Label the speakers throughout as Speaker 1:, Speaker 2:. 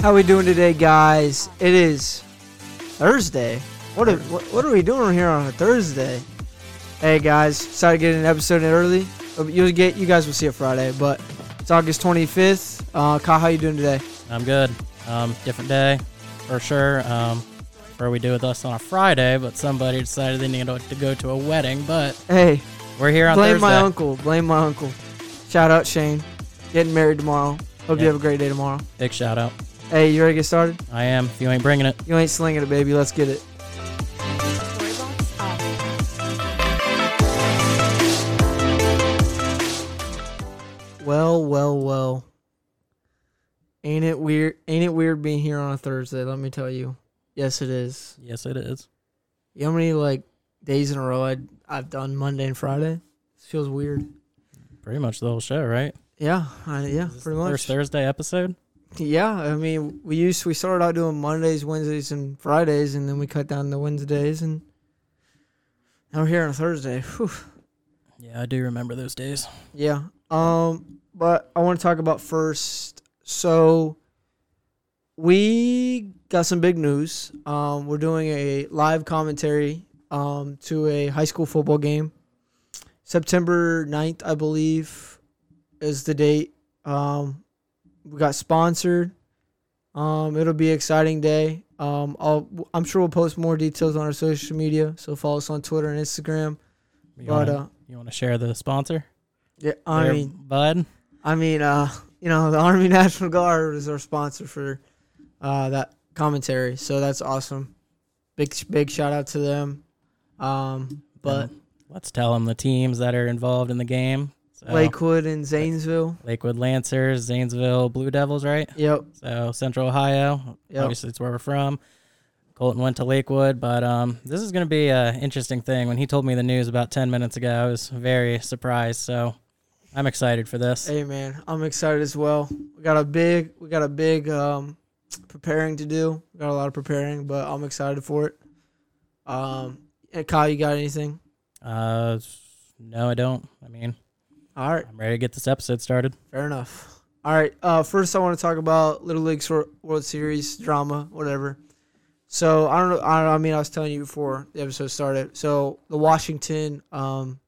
Speaker 1: How we doing today, guys? It is Thursday. What are, what, what are we doing here on a Thursday? Hey guys, decided to get an episode in early. Uh, You'll get you guys will see it Friday, but it's August 25th. Uh, Kyle, how you doing today?
Speaker 2: I'm good. Um, different day for sure. Um, where we do this on a Friday, but somebody decided they needed to go to a wedding. But
Speaker 1: Hey,
Speaker 2: we're here on
Speaker 1: blame
Speaker 2: Thursday.
Speaker 1: my uncle. Blame my uncle. Shout out Shane, getting married tomorrow. Hope you
Speaker 2: Yeah.
Speaker 1: have a great day tomorrow.
Speaker 2: Big shout out.
Speaker 1: Hey, you ready to get started?
Speaker 2: I am. If you ain't bringing it,
Speaker 1: You ain't slinging it, baby. Let's get it.
Speaker 3: Storybox Audio.
Speaker 1: Well, well, well. Ain't it weird? Ain't it weird being here on a Thursday? Let me tell you. Yes, it is.
Speaker 2: yes, it is.
Speaker 1: You know how many like days in a row I I've done Monday and Friday? This feels weird.
Speaker 2: Pretty much the whole show, right?
Speaker 1: Yeah, I, yeah,
Speaker 2: Is this
Speaker 1: pretty
Speaker 2: the
Speaker 1: much.
Speaker 2: First Thursday episode.
Speaker 1: Yeah, I mean, we used we started out doing Mondays, Wednesdays, and Fridays, and then we cut down to Wednesdays, and now we're here on a Thursday. Whew.
Speaker 2: Yeah, I do remember those days.
Speaker 1: Yeah. Um, but I want to talk about first. So we got some big news. Um, we're doing a live commentary um, to a high school football game. September 9th, I believe, is the date. Um, we got sponsored. Um, it'll be an exciting day. Um, I'll, I'm sure we'll post more details on our social media. So follow us on Twitter and Instagram.
Speaker 2: You
Speaker 1: But
Speaker 2: wanna-
Speaker 1: uh,
Speaker 2: you want to share the sponsor?
Speaker 1: yeah, I
Speaker 2: there,
Speaker 1: mean,
Speaker 2: bud.
Speaker 1: I mean, uh, you know, the Army National Guard is our sponsor for uh, that commentary, so that's awesome. Big big shout out to them. Um, but
Speaker 2: Let's tell them the teams that are involved in the game. So,
Speaker 1: Lakewood and Zanesville,
Speaker 2: Lakewood Lancers, Zanesville Blue Devils, right?
Speaker 1: yep,
Speaker 2: So Central Ohio,
Speaker 1: Yep.
Speaker 2: obviously it's where we're from. Colton went to Lakewood, but um, this is going to be an interesting thing. When he told me the news about ten minutes ago, I was very surprised. So I'm excited for this.
Speaker 1: hey man, I'm excited as well. We got a big, we got a big um, preparing to do. We got a lot of preparing, but I'm excited for it. Um, and Kyle, you got anything?
Speaker 2: Uh, no, I don't. I mean,
Speaker 1: All right.
Speaker 2: I'm ready to get this episode started.
Speaker 1: Fair enough. All right. Uh, first, I want to talk about Little League Sor- World Series drama, whatever. So I don't know. I, don't, know, I mean, I was telling you before the episode started. So the Washington, um,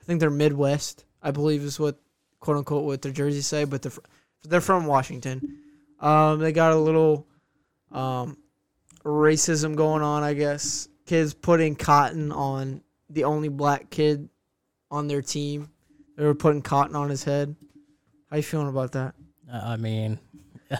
Speaker 1: I think they're Midwest. I believe is what quote unquote what their jerseys say, but they're fr- they're from Washington. Um, they got a little um, racism going on, I guess. Kids putting cotton on the only black kid on their team. They were putting cotton on his head. How you feeling about that?
Speaker 2: Uh, I mean,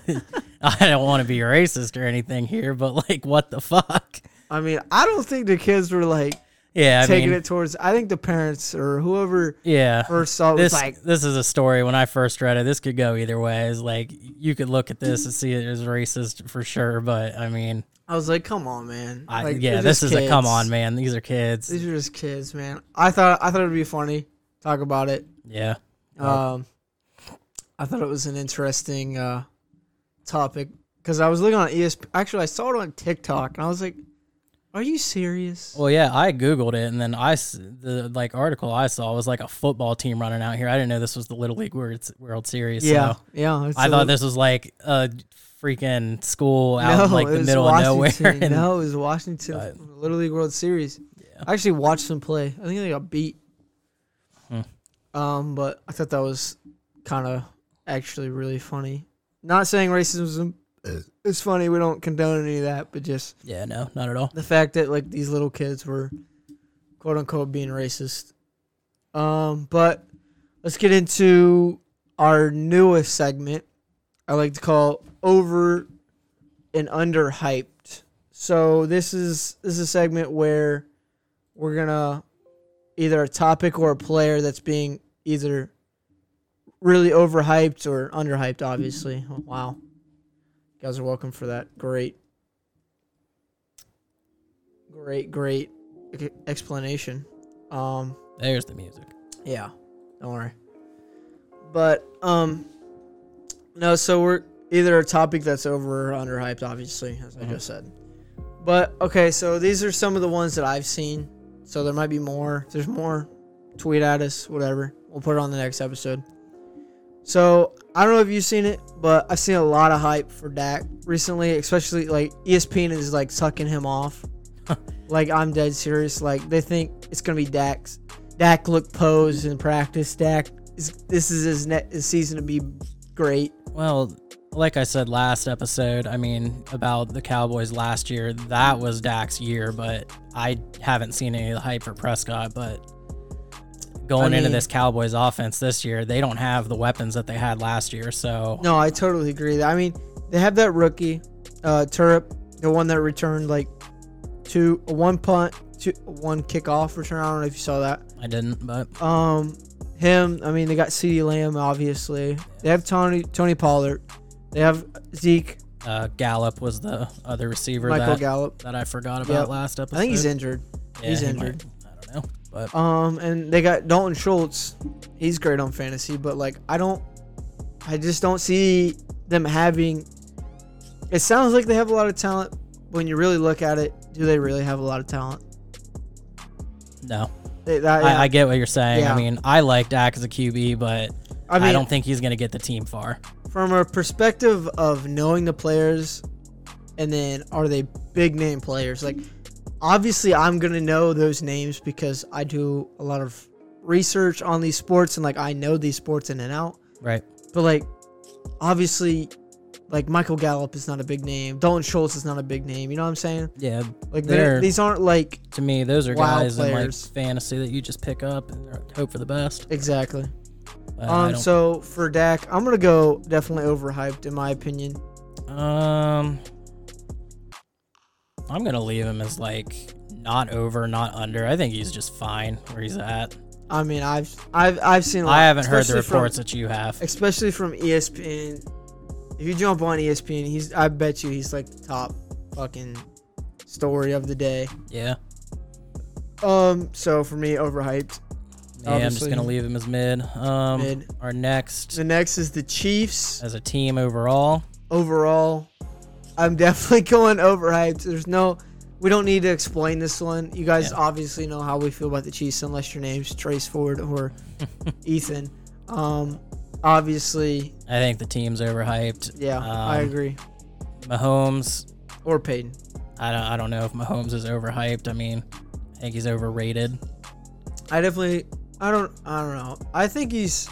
Speaker 2: I don't want to be racist or anything here, but like, what the fuck?
Speaker 1: I mean, I don't think the kids were like
Speaker 2: Yeah, I
Speaker 1: taking
Speaker 2: mean,
Speaker 1: it towards. I think the parents or whoever
Speaker 2: yeah.
Speaker 1: first saw it was
Speaker 2: this
Speaker 1: like,
Speaker 2: this is a story when I first read it. This could go either way. It's like you could look at this and see it as racist for sure, but I mean,
Speaker 1: I was like, come on, man.
Speaker 2: I,
Speaker 1: Like,
Speaker 2: yeah,
Speaker 1: they're
Speaker 2: this is
Speaker 1: just
Speaker 2: a come
Speaker 1: kids.
Speaker 2: on, man. These are kids.
Speaker 1: These are just kids, man. I thought I thought it'd be funny talk about it.
Speaker 2: yeah, Oh.
Speaker 1: Um, I thought it was an interesting uh, topic because I was looking on ESP. Actually, I saw it on TikTok and I was like, "Are you serious?"
Speaker 2: Well, yeah, I googled it, and then I s- the like article I saw was like a football team running out here. I didn't know this was the Little League World, World Series.
Speaker 1: yeah,
Speaker 2: so
Speaker 1: yeah. it's
Speaker 2: I
Speaker 1: a-
Speaker 2: thought this was like a freaking school out in like
Speaker 1: it
Speaker 2: the
Speaker 1: was
Speaker 2: middle of nowhere.
Speaker 1: Washington.
Speaker 2: And
Speaker 1: no, it was Washington
Speaker 2: But-
Speaker 1: from the Little League World Series. I actually watched them play. I think they got beat.
Speaker 2: Hmm.
Speaker 1: Um, but I thought that was kind of actually really funny. Not saying racism is funny. We don't condone any of that, but just
Speaker 2: yeah, no, not at all.
Speaker 1: the fact that like these little kids were quote unquote being racist. Um, but let's get into our newest segment. I like to call over and under hyped. So this is this is a segment where we're gonna either a topic or a player that's being either really overhyped or underhyped. Obviously, oh, wow, you guys are welcome for that. Great, great, great e- explanation. Um,
Speaker 2: There's the music.
Speaker 1: yeah, don't worry. But um, no. So we're either a topic that's over or underhyped, obviously, as I just said. But okay, so these are some of the ones that I've seen. So there might be more. If there's more, tweet at us, whatever. We'll put it on the next episode. So I don't know if you've seen it, but I've seen a lot of hype for Dak recently, especially like E ESPN is like sucking him off. like I'm dead serious. Like they think it's gonna be Dak's. Dak looked posed in practice. Dak is this is his net his season to be great.
Speaker 2: Well, like I said last episode, I mean, about the Cowboys last year, that was Dak's year, but I haven't seen any of the hype for Prescott. But going into
Speaker 1: mean-
Speaker 2: this Cowboys offense this year, they don't have the weapons that they had last year. So,
Speaker 1: No, I totally agree. I mean, they have that rookie, uh, Turp, the one that returned like two, one punt, two, one kickoff return. I don't know if you saw that.
Speaker 2: I didn't, but
Speaker 1: Um, him. I mean, they got Ceedee Lamb, Lamb, obviously. They have Tony Tony Pollard. They have Zeke,
Speaker 2: uh, Gallup was the other receiver
Speaker 1: Michael
Speaker 2: that,
Speaker 1: Gallup.
Speaker 2: that I forgot about
Speaker 1: Yep.
Speaker 2: last episode.
Speaker 1: I think he's injured.
Speaker 2: Yeah,
Speaker 1: he's
Speaker 2: he
Speaker 1: injured.
Speaker 2: might- I don't know. But
Speaker 1: Um, and they got Dalton Schultz. He's great on fantasy, but like I don't, I just don't see them having. It sounds like they have a lot of talent. but When you really look at it, do they really have a lot of talent?
Speaker 2: no,
Speaker 1: They, that,
Speaker 2: I, I get what you're saying.
Speaker 1: Yeah.
Speaker 2: I mean, I like Dak as a QB, but
Speaker 1: I
Speaker 2: I
Speaker 1: mean,
Speaker 2: don't think he's going to get the team far.
Speaker 1: from a perspective of knowing the players and then are they big name players like obviously i'm gonna know those names because i do a lot of research on these sports and like i know these sports in and out
Speaker 2: Right.
Speaker 1: but like obviously like michael gallup is not a big name dalton schultz is not a big name you know what i'm saying
Speaker 2: Yeah.
Speaker 1: like they're,
Speaker 2: They're-
Speaker 1: these aren't like
Speaker 2: To me, those are
Speaker 1: Wow
Speaker 2: guys in like
Speaker 1: players.
Speaker 2: fantasy that you just pick up and hope for the best.
Speaker 1: exactly
Speaker 2: But I
Speaker 1: um
Speaker 2: don't-
Speaker 1: so for dak i'm gonna go definitely overhyped in my opinion
Speaker 2: um, I'm gonna leave him as like not over, not under. I think he's just fine where he's at.
Speaker 1: i mean i've i've i've seen a lot,
Speaker 2: I haven't heard the
Speaker 1: especially from-
Speaker 2: reports that you have.
Speaker 1: especially from E ESPN. If you jump on E ESPN, he's I bet you he's like the top fucking story of the day.
Speaker 2: Yeah.
Speaker 1: Um, so for me, overhyped.
Speaker 2: Yeah, I'm just
Speaker 1: Obviously.
Speaker 2: gonna leave him as mid. Um,
Speaker 1: Mid.
Speaker 2: our next
Speaker 1: The next is the Chiefs.
Speaker 2: as a team overall.
Speaker 1: Overall, I'm definitely going overhyped. There's no, we don't need to explain this one. You guys
Speaker 2: Yeah.
Speaker 1: obviously know how we feel about the Chiefs, unless your name's Trace Ford or Ethan. Um, obviously,
Speaker 2: I think the team's overhyped.
Speaker 1: yeah,
Speaker 2: um,
Speaker 1: I agree.
Speaker 2: Mahomes.
Speaker 1: Or Peyton.
Speaker 2: I don't. I don't know if Mahomes is overhyped. I mean, I think he's overrated.
Speaker 1: I definitely. I don't. I don't know. I think he's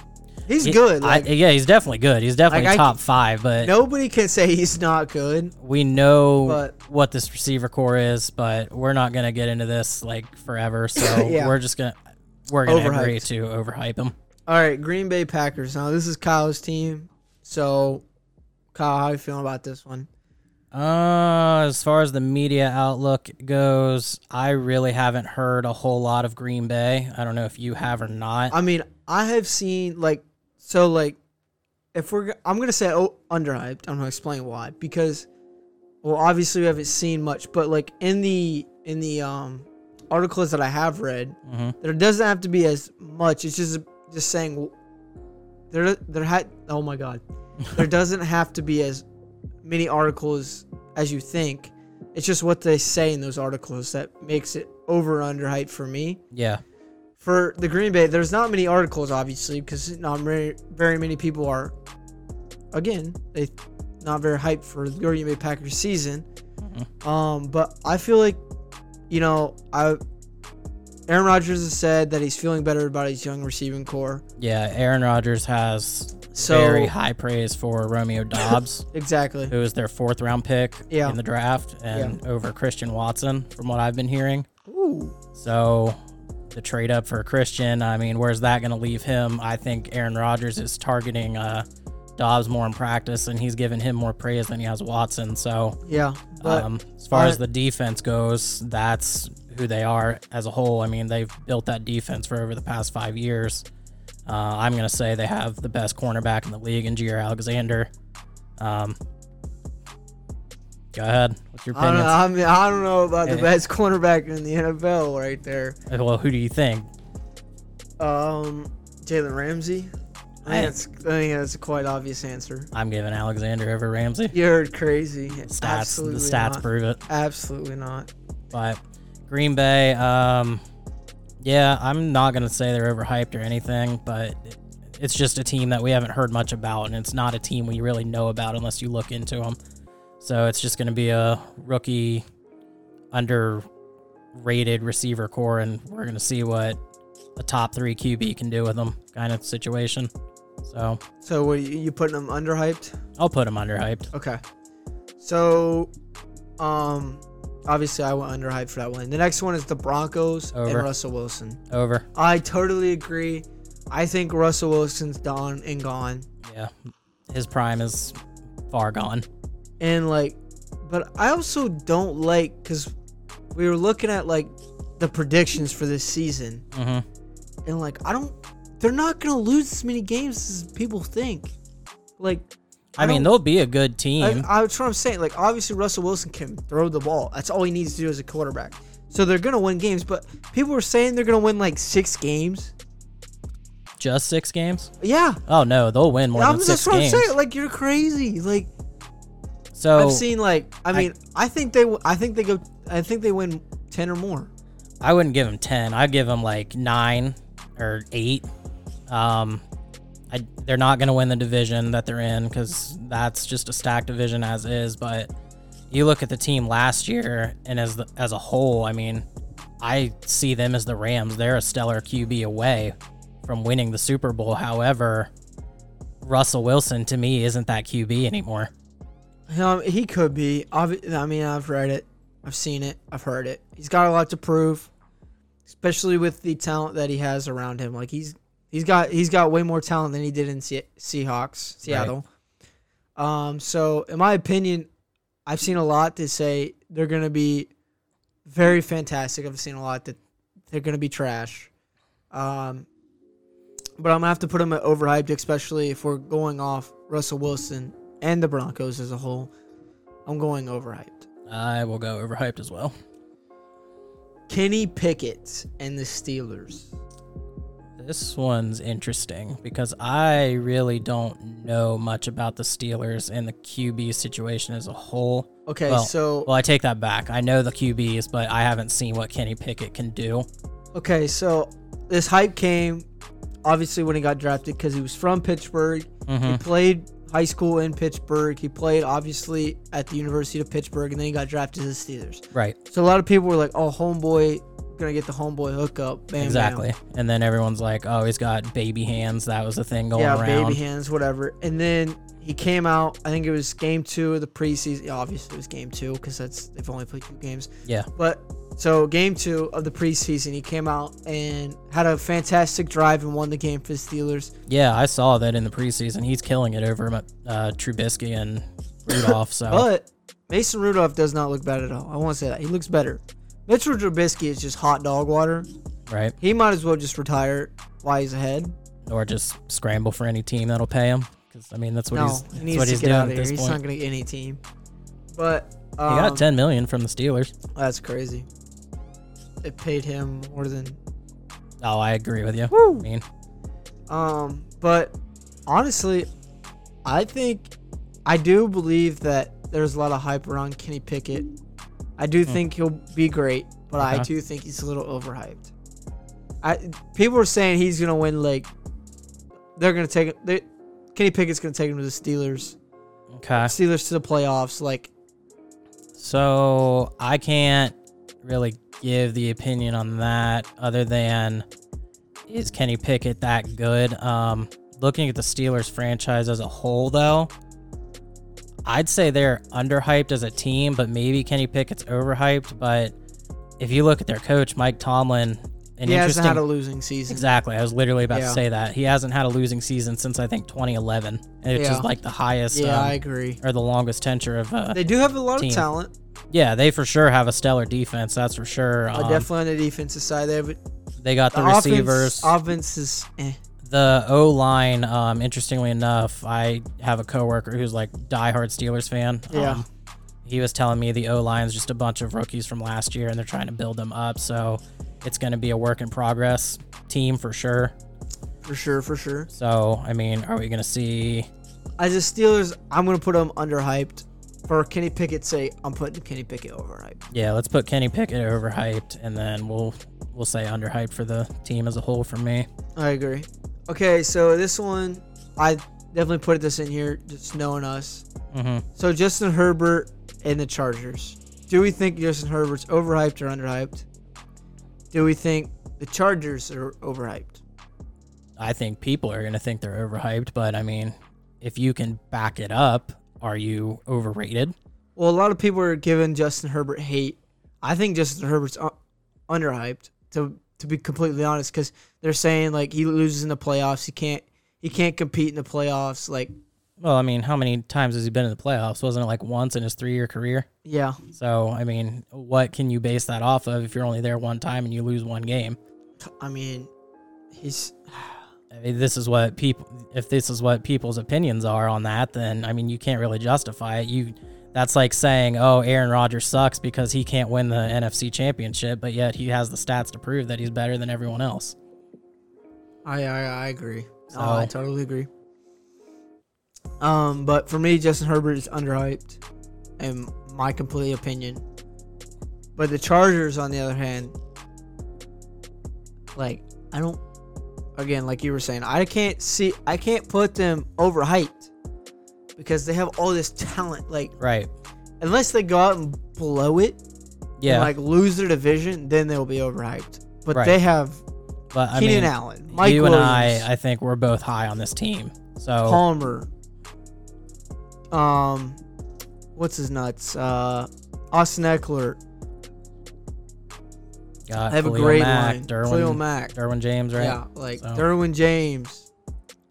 Speaker 1: he's
Speaker 2: He-
Speaker 1: good.
Speaker 2: I-
Speaker 1: Like
Speaker 2: yeah, he's definitely good. He's definitely
Speaker 1: Like, I
Speaker 2: top five, but
Speaker 1: nobody can say he's not good.
Speaker 2: we know
Speaker 1: But-
Speaker 2: what this receiver core is, but we're not gonna get into this like forever. So
Speaker 1: Yeah.
Speaker 2: we're just gonna we're gonna agree
Speaker 1: Overhyped.
Speaker 2: to overhype him.
Speaker 1: All right, Green Bay Packers. Now this is Kyle's team. So, Kyle, how you feeling about this one?
Speaker 2: Uh, as far as the media outlook goes, I really haven't heard a whole lot of Green Bay. I don't know if you have or not.
Speaker 1: I mean, I have seen like so like if we're g- I'm gonna say oh, underhyped. I'm gonna explain why because well obviously we haven't seen much, but like in the in the um articles that I have read,
Speaker 2: Mhm.
Speaker 1: there doesn't have to be as much. It's just just saying there there had oh my god there doesn't have to be as many articles as you think. It's just what they say in those articles that makes it over or underhyped for me
Speaker 2: Yeah,
Speaker 1: for the Green Bay, there's not many articles, obviously, because not very, very many people are, again, they not very hyped for the Green Bay Packers season.
Speaker 2: Mm-hmm.
Speaker 1: Um, but I feel like, you know, I Aaron Rodgers has said that he's feeling better about his young receiving core.
Speaker 2: yeah. Aaron Rodgers has
Speaker 1: So
Speaker 2: very high praise for Romeo Dobbs.
Speaker 1: exactly,
Speaker 2: who was their fourth round pick
Speaker 1: Yeah.
Speaker 2: in the draft, and over Christian Watson, from what I've been hearing.
Speaker 1: Ooh.
Speaker 2: So the trade up for Christian, I mean, where's that going to leave him? I think Aaron Rodgers is targeting uh, Dobbs more in practice, and he's giving him more praise than he has Watson. So
Speaker 1: yeah. But
Speaker 2: um, as far as
Speaker 1: I-
Speaker 2: the defense goes, that's who they are as a whole. I mean, they've built that defense for over the past five years. Uh, I'm going to say they have the best cornerback in the league in Jair Alexander. Um, go ahead. What's your
Speaker 1: I don't know.
Speaker 2: opinion?
Speaker 1: I, mean, I don't know about the
Speaker 2: Yeah.
Speaker 1: best cornerback in the NFL right there.
Speaker 2: Well, who do you think?
Speaker 1: Um, Jalen Ramsey. I
Speaker 2: I-
Speaker 1: think that's I think that's a quite obvious answer.
Speaker 2: I'm giving Alexander over Ramsey.
Speaker 1: You're crazy.
Speaker 2: Stats,
Speaker 1: Absolutely
Speaker 2: the stats
Speaker 1: not.
Speaker 2: prove it.
Speaker 1: Absolutely not.
Speaker 2: But Green Bay, um, yeah, I'm not gonna say they're overhyped or anything, but it's just a team that we haven't heard much about, and it's not a team we really know about unless you look into them. So it's just going to be a rookie, underrated receiver core, and we're going to see what a top three QB can do with them, kind of situation. So
Speaker 1: So what, you, you putting them underhyped?
Speaker 2: I'll put him underhyped.
Speaker 1: Okay. So, um, obviously I went underhyped for that one. The next one is the Broncos and
Speaker 2: Over.
Speaker 1: Russell Wilson.
Speaker 2: Over.
Speaker 1: I totally agree. I think Russell Wilson's done and gone.
Speaker 2: Yeah. His prime is far gone.
Speaker 1: and like but i also don't like because we were looking at like the predictions for this season
Speaker 2: hmm
Speaker 1: and like i don't they're not gonna lose as many games as people think like
Speaker 2: I, mean,
Speaker 1: don't-
Speaker 2: they'll be a good
Speaker 1: I,
Speaker 2: team.
Speaker 1: I, that's what i'm saying like obviously russell wilson can throw the ball that's all he needs to do as a quarterback so they're gonna win games but people were saying they're gonna win like six games
Speaker 2: just six games?
Speaker 1: yeah
Speaker 2: Oh no, they'll win more
Speaker 1: I'm,
Speaker 2: than
Speaker 1: that's
Speaker 2: six
Speaker 1: what
Speaker 2: games.
Speaker 1: i'm saying like you're crazy like
Speaker 2: So
Speaker 1: i've seen like i mean I think they w- i think they go i think they win 10 or more
Speaker 2: I wouldn't give him ten. I'd give him like nine or eight. Um, I, they're not going to win the division that they're in because that's just a stacked division as is. But you look at the team last year and as the, as a whole, I mean, I see them as the Rams. They're a stellar QB away from winning the Super Bowl. However, Russell Wilson to me isn't that QB anymore.
Speaker 1: Um, he could be. Obvi- I mean, I've read it, I've seen it, I've heard it. He's got a lot to prove, especially with the talent that he has around him. Like he's he's got he's got way more talent than he did in Se- Seahawks, Seattle. Um, so in my opinion, I've seen a lot to say they're gonna be very fantastic. I've seen a lot that they're gonna be trash. Um, but I'm gonna have to put him at overhyped, especially if we're going off Russell Wilson and the Broncos as a whole. I'm going overhyped.
Speaker 2: I will go overhyped as well.
Speaker 1: Kenny Pickett and the Steelers.
Speaker 2: This one's interesting because I really don't know much about the Steelers and the QB situation as a whole.
Speaker 1: Okay,
Speaker 2: Well-
Speaker 1: so
Speaker 2: Well, I take that back. I know the QBs, but I haven't seen what Kenny Pickett can do.
Speaker 1: okay, so this hype came obviously when he got drafted because he was from Pittsburgh. He
Speaker 2: Mhm.
Speaker 1: played high school in Pittsburgh. He played obviously at the University of Pittsburgh, and then he got drafted to the Steelers.
Speaker 2: Right.
Speaker 1: So a lot of people were like, "Oh, homeboy, gonna get the homeboy hookup." Bam, bam.
Speaker 2: Exactly. And then everyone's like, oh, he's got baby hands. That was the thing going
Speaker 1: yeah,
Speaker 2: around.
Speaker 1: baby hands, whatever. And then he came out. I think it was game two of the preseason. yeah, Obviously, it was game two because that's they've only played two games.
Speaker 2: Yeah.
Speaker 1: But so game two of the preseason, he came out and had a fantastic drive and won the game for the Steelers.
Speaker 2: Yeah, I saw that in the preseason. He's killing it over uh, Trubisky and Rudolph. So
Speaker 1: But Mason Rudolph does not look bad at all. I want to say that he looks better. Mitchell Trubisky is just hot dog water.
Speaker 2: right,
Speaker 1: He might as well just retire while he's ahead.
Speaker 2: or just scramble for any team that'll pay him. Because I mean, that's what
Speaker 1: no,
Speaker 2: he's
Speaker 1: he
Speaker 2: that's
Speaker 1: needs
Speaker 2: what
Speaker 1: to
Speaker 2: he's
Speaker 1: get
Speaker 2: doing
Speaker 1: out
Speaker 2: at
Speaker 1: of here.
Speaker 2: this
Speaker 1: He's
Speaker 2: point.
Speaker 1: not going to get any team. But um,
Speaker 2: He got 10 million from the Steelers.
Speaker 1: That's crazy. It paid him more than
Speaker 2: Oh, I agree with you. I mean,
Speaker 1: um but honestly, I think I do believe that there's a lot of hype around Kenny Pickett. I do think he'll be great, but I
Speaker 2: Hmm. Okay.
Speaker 1: do think he's a little overhyped. I people are saying he's gonna win like they're gonna take they, Kenny Pickett's gonna take him to the Steelers.
Speaker 2: okay.
Speaker 1: Steelers to the playoffs, like
Speaker 2: So I can't really give the opinion on that other than is Kenny Pickett that good? Um, looking at the Steelers franchise as a whole, though, I'd say they're underhyped as a team, but maybe Kenny Pickett's overhyped. But if you look at their coach, Mike Tomlin, an
Speaker 1: he hasn't
Speaker 2: interesting.
Speaker 1: had a losing season.
Speaker 2: Exactly. I was literally about
Speaker 1: Yeah.
Speaker 2: to say that. He hasn't had a losing season since I think 2011, which
Speaker 1: Yeah.
Speaker 2: is like the highest
Speaker 1: Yeah,
Speaker 2: um,
Speaker 1: I agree.
Speaker 2: or the longest tenure of. Uh,
Speaker 1: They do have a lot
Speaker 2: team.
Speaker 1: of talent.
Speaker 2: yeah, they for sure have a stellar defense. That's for sure.
Speaker 1: Uh,
Speaker 2: Um,
Speaker 1: definitely on the defensive side, they have the,
Speaker 2: they got the,
Speaker 1: offense-
Speaker 2: receivers.
Speaker 1: Offense is eh.
Speaker 2: the O line. Um, interestingly enough, I have a coworker who's like diehard Steelers fan.
Speaker 1: Yeah.
Speaker 2: Um, he was telling me the O line's just a bunch of rookies from last year, and they're trying to build them up. So it's going to be a work in progress team for sure.
Speaker 1: for sure, for sure.
Speaker 2: So I mean, are we going to see?
Speaker 1: As a Steelers, I'm gonna put them underhyped. For Kenny Pickett, say I'm putting Kenny Pickett overhyped.
Speaker 2: Yeah, let's put Kenny Pickett overhyped, and then we'll we'll say underhyped for the team as a whole for me.
Speaker 1: I agree. Okay, so this one, I definitely put this in here, just knowing us.
Speaker 2: hmm
Speaker 1: So Justin Herbert and the Chargers. Do we think Justin Herbert's overhyped or underhyped? Do we think the Chargers are overhyped?
Speaker 2: I think people are going to think they're overhyped, but I mean, if you can back it up, are you overrated?
Speaker 1: Well, a lot of people are giving Justin Herbert hate. I think Justin Herbert's u- underhyped to to be completely honest cuz they're saying like he loses in the playoffs, he can't he can't compete in the playoffs like
Speaker 2: Well, I mean, how many times has he been in the playoffs? Wasn't it like once in his three year career?
Speaker 1: yeah.
Speaker 2: So, I mean, what can you base that off of if you're only there one time and you lose one game?
Speaker 1: I mean, he's
Speaker 2: I mean, this is what people, if this is what people's opinions are on that, then I mean, you can't really justify it. You, that's like saying, oh, Aaron Rodgers sucks because he can't win the NFC championship, but yet he has the stats to prove that he's better than everyone else.
Speaker 1: I I, I agree.
Speaker 2: So-
Speaker 1: Oh, I totally agree. Um, but for me, Justin Herbert is underhyped, in my complete opinion. But the Chargers, on the other hand, like I don't, again, like you were saying, I can't see, I can't put them overhyped because they have all this talent. Like
Speaker 2: Right.
Speaker 1: unless they go out and blow it,
Speaker 2: Yeah.
Speaker 1: and, like lose their division, then they'll be overhyped. But
Speaker 2: Right.
Speaker 1: they have
Speaker 2: but I
Speaker 1: Keenan
Speaker 2: mean,
Speaker 1: Allen, Mike
Speaker 2: you
Speaker 1: Williams,
Speaker 2: and I, I think we're both high on this team. So
Speaker 1: Palmer. Um, what's his nuts? Uh, Austin Eckler.
Speaker 2: got
Speaker 1: I have
Speaker 2: Uh, Khalil
Speaker 1: a great
Speaker 2: Mack,
Speaker 1: line.
Speaker 2: Derwin,
Speaker 1: Khalil Mack.
Speaker 2: Derwin James, right?
Speaker 1: Yeah, like
Speaker 2: So-
Speaker 1: Derwin James.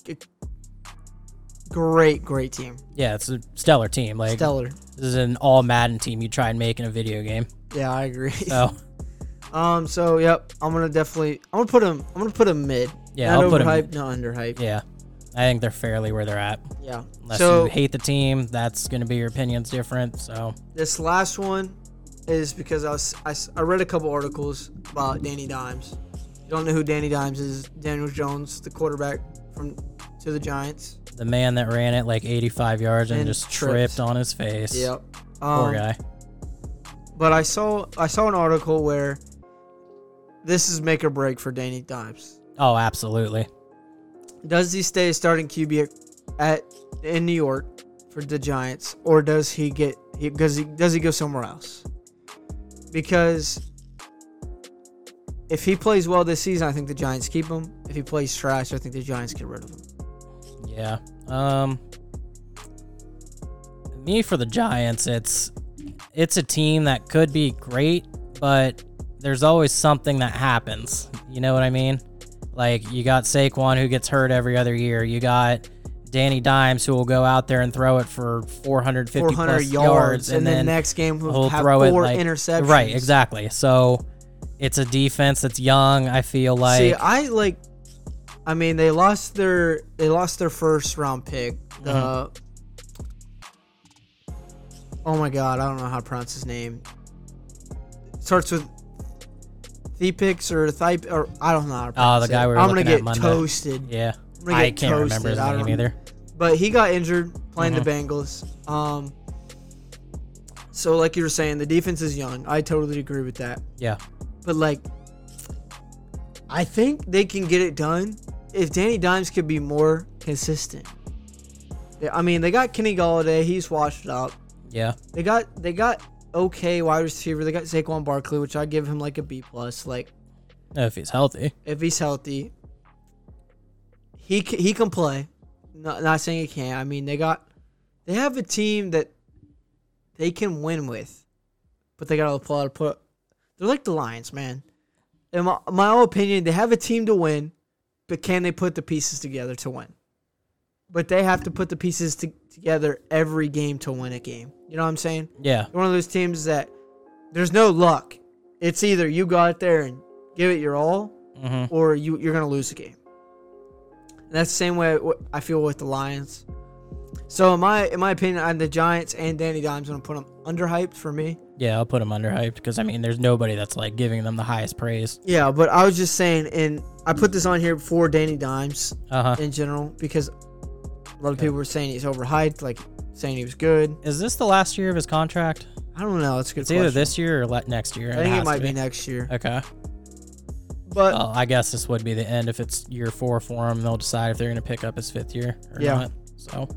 Speaker 1: G- Great, great team.
Speaker 2: Yeah, it's a stellar team. Like
Speaker 1: Stellar.
Speaker 2: this is an all Madden team you try and make in a video game.
Speaker 1: Yeah, I agree.
Speaker 2: So
Speaker 1: Um, so yep, I'm gonna definitely, I'm gonna put him, I'm gonna put him mid.
Speaker 2: Yeah,
Speaker 1: not
Speaker 2: I'll put 'em
Speaker 1: overhyped, not underhyped.
Speaker 2: yeah, I think they're fairly where they're at.
Speaker 1: Yeah.
Speaker 2: Unless
Speaker 1: so
Speaker 2: you hate the team, that's going to be your opinions different. So
Speaker 1: this last one is because I was I, s- I read a couple articles about Danny Dimes. You don't know who Danny Dimes is? Daniel Jones, the quarterback from to the Giants.
Speaker 2: the man that ran it like 85 yards and,
Speaker 1: And
Speaker 2: just
Speaker 1: tripped.
Speaker 2: tripped on his face. Poor
Speaker 1: Um,
Speaker 2: guy.
Speaker 1: but I saw I saw an article where this is make or break for Danny Dimes.
Speaker 2: Oh, absolutely.
Speaker 1: Does he stay a starting QB at, at in New York for the Giants, or does he get he does he does he go somewhere else? Because if he plays well this season, I think the Giants keep him. If he plays trash, I think the Giants get rid of him.
Speaker 2: Yeah. Um me for the Giants, it's it's a team that could be great, but there's always something that happens. You know what I mean? Like you got Saquon who gets hurt every other year. You got Danny Dimes who will go out there and throw it for 450
Speaker 1: Four hundred yards,
Speaker 2: plus yards,
Speaker 1: and, then, next game he'll
Speaker 2: he'll
Speaker 1: have
Speaker 2: throw
Speaker 1: four
Speaker 2: it like
Speaker 1: interceptions.
Speaker 2: Right, exactly. So it's a defense that's young. I feel like
Speaker 1: See, I like. I mean, they lost their they lost their first round pick.
Speaker 2: Mm-hmm.
Speaker 1: Uh, oh my god, I don't know how to pronounce his name. Starts with Thepix or Thype or I don't know. How to
Speaker 2: Oh,
Speaker 1: pronounce
Speaker 2: the guy
Speaker 1: it.
Speaker 2: we were
Speaker 1: I'm
Speaker 2: looking
Speaker 1: gonna
Speaker 2: at
Speaker 1: get
Speaker 2: Monday.
Speaker 1: toasted.
Speaker 2: yeah,
Speaker 1: I'm gonna
Speaker 2: I
Speaker 1: get
Speaker 2: can't remember his
Speaker 1: toasted. I
Speaker 2: name
Speaker 1: don't-
Speaker 2: either. Mm-hmm.
Speaker 1: But he got injured playing the Bengals. Um, so like you were saying, the defense is young. I totally agree with that
Speaker 2: Yeah.
Speaker 1: but like I think they can get it done if Danny Dimes could be more consistent. They- I mean, they got Kenny Galladay; he's washed up.
Speaker 2: Yeah.
Speaker 1: They got they got okay wide receiver. They got Saquon Barkley, which I give him like a B plus. Like
Speaker 2: If he's healthy.
Speaker 1: if he's healthy, he c- he can play. Not not saying he can't. I mean, they got they have a team that they can win with, but they got to pull out put. They're like the Lions, man. In my, my own opinion, they have a team to win, but can they put the pieces together to win? But they have to put the pieces to, together every game to win a game. You know what I'm saying?
Speaker 2: Yeah.
Speaker 1: one of those teams that there's no luck. It's either you go out there and give it your all,
Speaker 2: Mhm.
Speaker 1: or you you're gonna lose the game. And that's the same way wh- I feel with the Lions. So in my in my opinion, I'm the Giants and Danny Dimes. I'm gonna put them underhyped for me.
Speaker 2: Yeah, I'll put him underhyped because I mean, there's nobody that's like giving them the highest praise.
Speaker 1: Yeah, but I was just saying, and I put this on here for Danny Dimes
Speaker 2: Uh huh.
Speaker 1: in general because a lot of people were saying he's overhyped, like saying he was good.
Speaker 2: Is this the last year of his contract?
Speaker 1: I don't know. It's a good
Speaker 2: It's either
Speaker 1: question.
Speaker 2: this year or le- next year.
Speaker 1: I think
Speaker 2: has
Speaker 1: it
Speaker 2: to
Speaker 1: might be next year.
Speaker 2: Okay.
Speaker 1: But
Speaker 2: Uh, Well, I guess this would be the end if it's year four for him. They'll decide if they're going to pick up his fifth year or
Speaker 1: Yeah.
Speaker 2: not. So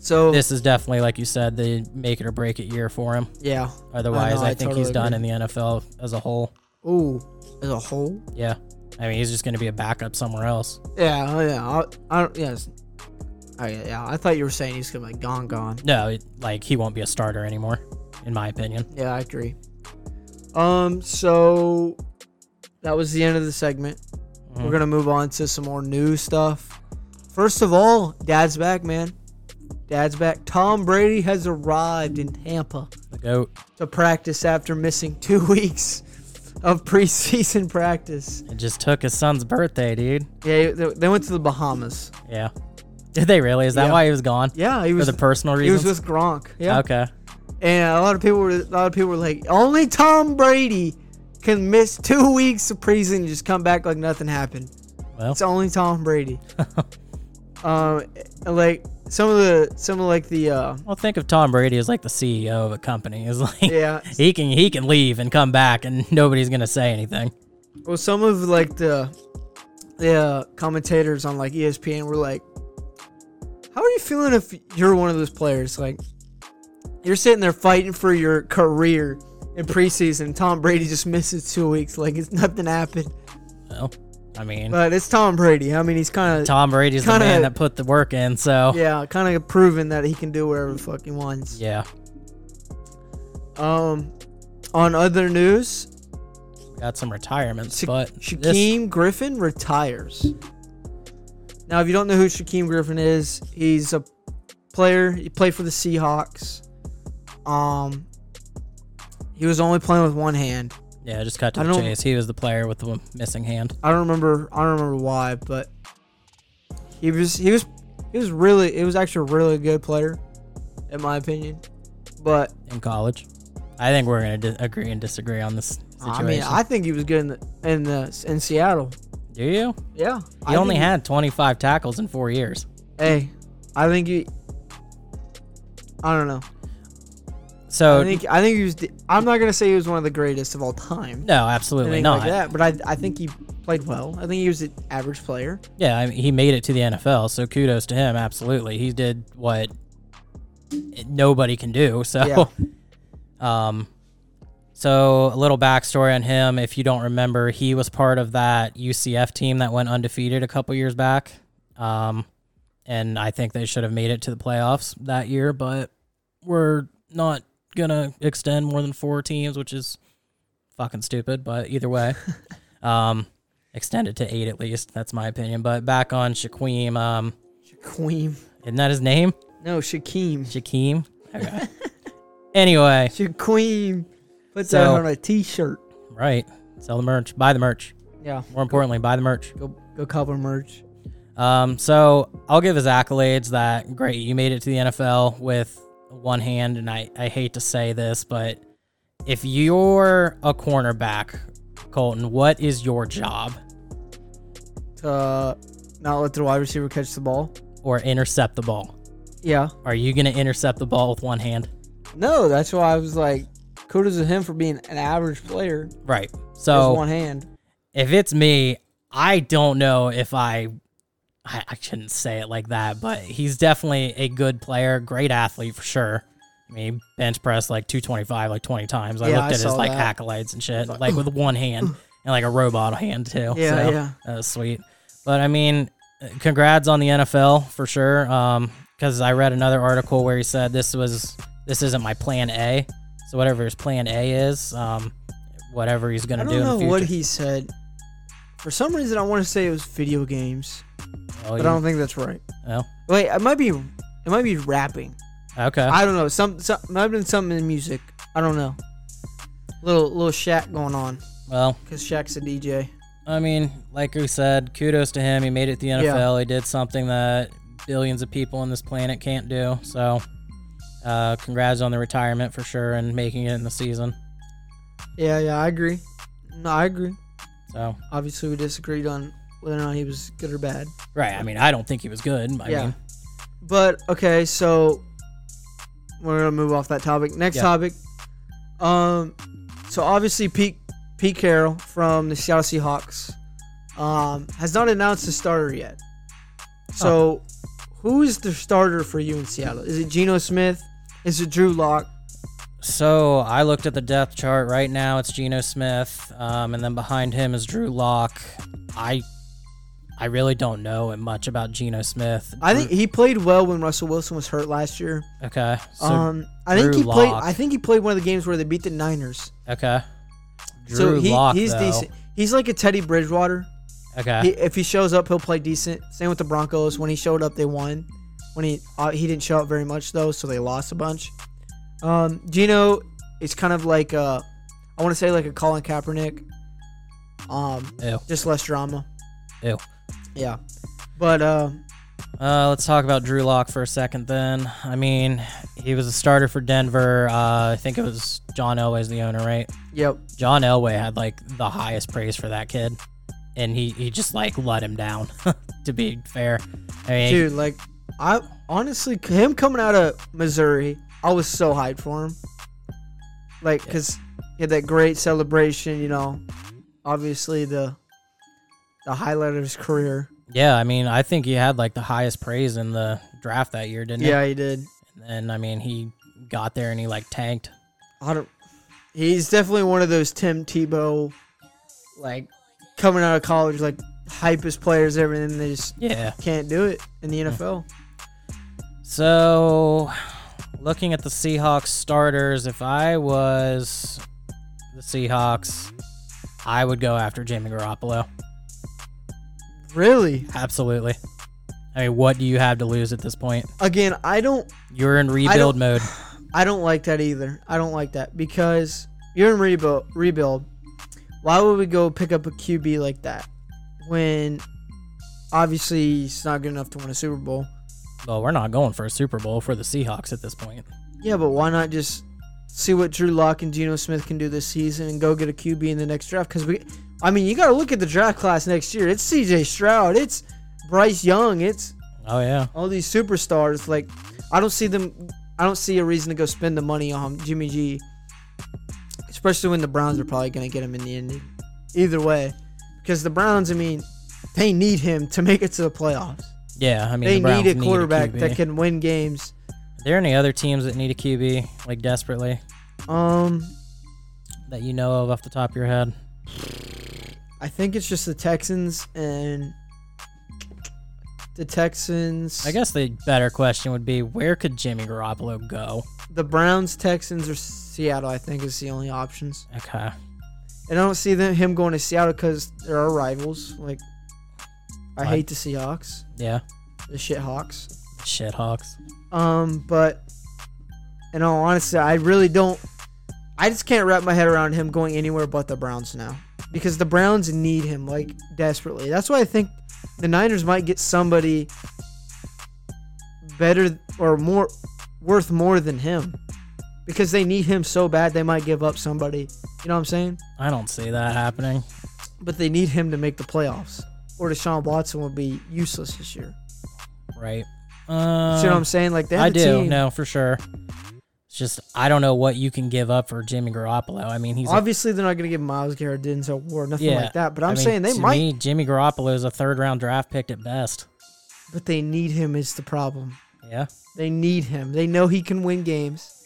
Speaker 1: so
Speaker 2: this is definitely, like you said, the make it or break it year for him.
Speaker 1: yeah.
Speaker 2: Otherwise, I,
Speaker 1: I
Speaker 2: think he's
Speaker 1: totally
Speaker 2: done in
Speaker 1: agree.
Speaker 2: the NFL as a whole.
Speaker 1: Ooh, as a whole.
Speaker 2: Yeah, I mean, he's just going to be a backup somewhere else.
Speaker 1: Yeah, oh, yeah. I, I don't. Yes. Oh, yeah, yeah. I thought you were saying he's gonna be gone, gone.
Speaker 2: No, it, like he won't be a starter anymore, in my opinion.
Speaker 1: Yeah, I agree. Um, so that was the end of the segment. We're
Speaker 2: Mhm.
Speaker 1: gonna move on to some more new stuff. First of all, Dad's back, man. Dad's back. Tom Brady has arrived in Tampa
Speaker 2: The goat.
Speaker 1: to practice after missing two weeks of preseason practice.
Speaker 2: It just took his son's birthday, dude.
Speaker 1: Yeah, they they went to the Bahamas.
Speaker 2: Yeah. Did they really? Is that
Speaker 1: Yeah.
Speaker 2: why he was gone?
Speaker 1: Yeah, he was.
Speaker 2: For the personal
Speaker 1: he was
Speaker 2: reasons.
Speaker 1: with Gronk. Yeah.
Speaker 2: Okay.
Speaker 1: And a lot of people were a lot of people were like, only Tom Brady can miss two weeks of preseason and just come back like nothing happened.
Speaker 2: Well,
Speaker 1: It's only Tom Brady. um, and, like some of the some of like the uh,
Speaker 2: well, think of Tom Brady as like the CEO of a company. Is like
Speaker 1: yeah,
Speaker 2: he can he can leave and come back and nobody's gonna say anything.
Speaker 1: well some of like the the uh, commentators on like E ESPN were like, how are you feeling if you're one of those players? Like you're sitting there fighting for your career in preseason. Tom Brady just misses two weeks. Like it's nothing happened.
Speaker 2: Well, I mean,
Speaker 1: But it's Tom Brady. I mean, he's kind of
Speaker 2: Tom Brady's the
Speaker 1: kinda-
Speaker 2: man that put the work in. So
Speaker 1: yeah, kind of proven that he can do whatever the fuck he wants.
Speaker 2: yeah,
Speaker 1: Um, on other news,
Speaker 2: we got some retirements,
Speaker 1: Sha-
Speaker 2: but this,
Speaker 1: Shaquem Griffin retires. Now, if you don't know who Shaquem Griffin is, he's a player. He played for the Seahawks. Um, he was only playing with one hand.
Speaker 2: yeah, just cut to
Speaker 1: I
Speaker 2: the
Speaker 1: don't-
Speaker 2: chase. He was the player with the one missing hand.
Speaker 1: I don't remember. I don't remember why, but he was he was he was really he was actually a really good player, in my opinion. But
Speaker 2: in college. I think we're gonna di- agree and disagree on this situation.
Speaker 1: I mean, I think he was good in the in the in Seattle.
Speaker 2: Do you?
Speaker 1: Yeah,
Speaker 2: He only had 25 tackles in four years.
Speaker 1: Hey, I think he. I don't know. I
Speaker 2: So
Speaker 1: think I think he was. the- I'm not gonna say he was one of the greatest of all time.
Speaker 2: no, absolutely
Speaker 1: anything
Speaker 2: not.
Speaker 1: like that. But I I think he played well. I think he was an average player.
Speaker 2: Yeah, I mean, he made it to the NFL, so kudos to him. Absolutely, he did what nobody can do. So, um, so a little backstory on him. If you don't remember, he was part of that UCF team that went undefeated a couple years back. Um, and I think they should have made it to the playoffs that year, but we're not gonna extend more than four teams, which is fucking stupid. But either way, um, extend it to eight at least. That's my opinion. But back on Shaquem, um,
Speaker 1: Shaquem.
Speaker 2: isn't that his name?
Speaker 1: No, Shaquem.
Speaker 2: Shaquem. Okay. anyway,
Speaker 1: Shaquem. Put that
Speaker 2: So-
Speaker 1: on a T-shirt.
Speaker 2: right. Sell the merch. Buy the merch.
Speaker 1: Yeah.
Speaker 2: More importantly, buy the merch.
Speaker 1: Go go cover merch.
Speaker 2: Um, so I'll give his accolades that great. You made it to the NFL with one hand, and I, I hate to say this, but if you're a cornerback, Colton, what is your job?
Speaker 1: To uh, not let the wide receiver catch the ball.
Speaker 2: Or intercept the ball?
Speaker 1: Yeah.
Speaker 2: Are you going to intercept the ball with one hand?
Speaker 1: No, that's why I was like, kudos to him for being an average player. with
Speaker 2: Right. So
Speaker 1: one hand.
Speaker 2: if it's me, I don't know if I, I I shouldn't say it like that, but he's definitely a good player, great athlete for sure. I mean, bench press like 225 like 20 times. I
Speaker 1: Yeah,
Speaker 2: looked
Speaker 1: I
Speaker 2: at his
Speaker 1: saw
Speaker 2: like
Speaker 1: that.
Speaker 2: accolades and shit, like with one hand and like a robot hand too.
Speaker 1: Yeah,
Speaker 2: so
Speaker 1: yeah.
Speaker 2: that was sweet. But I mean, congrats on the NFL for sure. Um, because I read another article where he said this was this isn't my plan A. So whatever his plan A is, um, whatever he's
Speaker 1: I
Speaker 2: gonna
Speaker 1: don't
Speaker 2: do.
Speaker 1: know
Speaker 2: in the
Speaker 1: what
Speaker 2: future.
Speaker 1: he said. For some reason, I want to say it was video games,
Speaker 2: Oh,
Speaker 1: but
Speaker 2: you-
Speaker 1: I don't think that's right.
Speaker 2: oh.
Speaker 1: Wait, it might be, it might be rapping.
Speaker 2: Okay.
Speaker 1: I don't know. Some, some might have been something in music. I don't know. Little little Shaq going on
Speaker 2: well,
Speaker 1: because Shaq's a DJ.
Speaker 2: I mean, like we said, kudos to him. He made it to the NFL. He did something that billions of people on this planet can't do. So, uh, congrats on the retirement for sure and making it in the season.
Speaker 1: Yeah, yeah, I agree. No, I agree.
Speaker 2: So,
Speaker 1: Obviously, we disagreed on whether or not he was good or bad.
Speaker 2: right. I mean, I don't think he was good. I
Speaker 1: Yeah.
Speaker 2: mean,
Speaker 1: But okay, so we're gonna move off that topic. Next
Speaker 2: Yeah.
Speaker 1: topic. Um, so obviously Pete Pete Carroll from the Seattle Seahawks um, has not announced a starter yet. So, who is the starter for you in Seattle? Is it Geno Smith? Is it Drew Lock?
Speaker 2: So I looked at the depth chart right now. It's Geno Smith, um, and then behind him is Drew Lock. I, I really don't know much about Geno Smith.
Speaker 1: I think he played well when Russell Wilson was hurt last year.
Speaker 2: Okay. So,
Speaker 1: um, I think
Speaker 2: Drew
Speaker 1: he played.
Speaker 2: Lock.
Speaker 1: I think he played one of the games where they beat the Niners.
Speaker 2: okay. Drew
Speaker 1: so he,
Speaker 2: Lock,
Speaker 1: he's
Speaker 2: though.
Speaker 1: decent. He's like a Teddy Bridgewater.
Speaker 2: Okay.
Speaker 1: He, if he shows up, he'll play decent. Same with the Broncos. When he showed up, they won. When he uh, he didn't show up very much though, so they lost a bunch. Um, Gino is kind of like uh, I want to say like a Colin Kaepernick. Um,
Speaker 2: Ew.
Speaker 1: just less drama.
Speaker 2: Ew.
Speaker 1: Yeah, but uh,
Speaker 2: Uh, let's talk about Drew Lock for a second then. I mean, he was a starter for Denver. Uh, I think it was John Elway's the owner, right?
Speaker 1: yep.
Speaker 2: John Elway had like the highest praise for that kid. And he, he just like let him down, to be fair. I mean,
Speaker 1: dude like i honestly him coming out of missouri i was so hyped for him like because he had that great celebration you know obviously the the highlight of his career
Speaker 2: yeah, I mean, I think he had like the highest praise in the draft that year, didn't
Speaker 1: yeah he did
Speaker 2: he? And then, I mean, he got there and he like tanked.
Speaker 1: i don't he's definitely one of those tim tebow like coming out of college like hypest players ever and then they just
Speaker 2: Yeah.
Speaker 1: can't do it in the nfl
Speaker 2: So, looking at the Seahawks starters, if I was the Seahawks, I would go after Jimmy Garoppolo.
Speaker 1: really
Speaker 2: Absolutely. I mean, what do you have to lose at this point?
Speaker 1: again i don't
Speaker 2: You're in rebuild mode.
Speaker 1: I don't like that either. I don't like that because you're in rebuild. Rebuild. Why would we go pick up a QB like that when obviously it's not good enough to win a Super Bowl?
Speaker 2: Well, we're not going for a Super Bowl for the Seahawks at this point.
Speaker 1: Yeah, but why not just see what Drew Lock and Geno Smith can do this season and go get a QB in the next draft? Because we, I mean, you got to look at the draft class next year. It's C.J. Stroud. It's Bryce Young. It's
Speaker 2: Oh yeah.
Speaker 1: all these superstars. Like, I don't see them. I don't see a reason to go spend the money on Jimmy G, especially when the Browns are probably going to get him in the end. Either way, because the Browns, I mean, they need him to make it to the playoffs.
Speaker 2: Yeah, I mean,
Speaker 1: They
Speaker 2: the Browns
Speaker 1: need a quarterback
Speaker 2: QB.
Speaker 1: that can win games.
Speaker 2: Are there any other teams that need a QB like desperately
Speaker 1: Um,
Speaker 2: that you know of off the top of your head?
Speaker 1: I think it's just the Texans and the Texans.
Speaker 2: I guess the better question would be where could Jimmy Garoppolo go?
Speaker 1: the Browns, Texans, or Seattle. I think is the only options.
Speaker 2: Okay.
Speaker 1: And I don't see them, him going to Seattle because they're our rivals. Like, I
Speaker 2: I-
Speaker 1: hate the Seahawks,
Speaker 2: Yeah.
Speaker 1: the shithawks.
Speaker 2: Shit Hawks.
Speaker 1: Um, but in all honesty, I really don't. I just can't wrap my head around him going anywhere but the Browns now because the Browns need him like desperately. That's why I think the Niners might get somebody better or more worth more than him because they need him so bad they might give up somebody. You know what I'm saying?
Speaker 2: I don't see that happening.
Speaker 1: but they need him to make the playoffs, or Deshaun Watson will be useless this year.
Speaker 2: Right.
Speaker 1: You
Speaker 2: Um,
Speaker 1: See what I'm saying? Like they have
Speaker 2: I
Speaker 1: a
Speaker 2: do.
Speaker 1: team.
Speaker 2: No, for sure. It's just I don't know what you can give up for Jimmy Garoppolo. I mean, he's a-
Speaker 1: Obviously, they're not going to give Miles Garrett, Denzel Ward, nothing
Speaker 2: yeah.
Speaker 1: like that. But I'm
Speaker 2: I mean,
Speaker 1: saying they
Speaker 2: to
Speaker 1: might.
Speaker 2: Me, Jimmy Garoppolo is a third round draft pick at best.
Speaker 1: But they need him is the problem.
Speaker 2: Yeah.
Speaker 1: They need him. They know he can win games.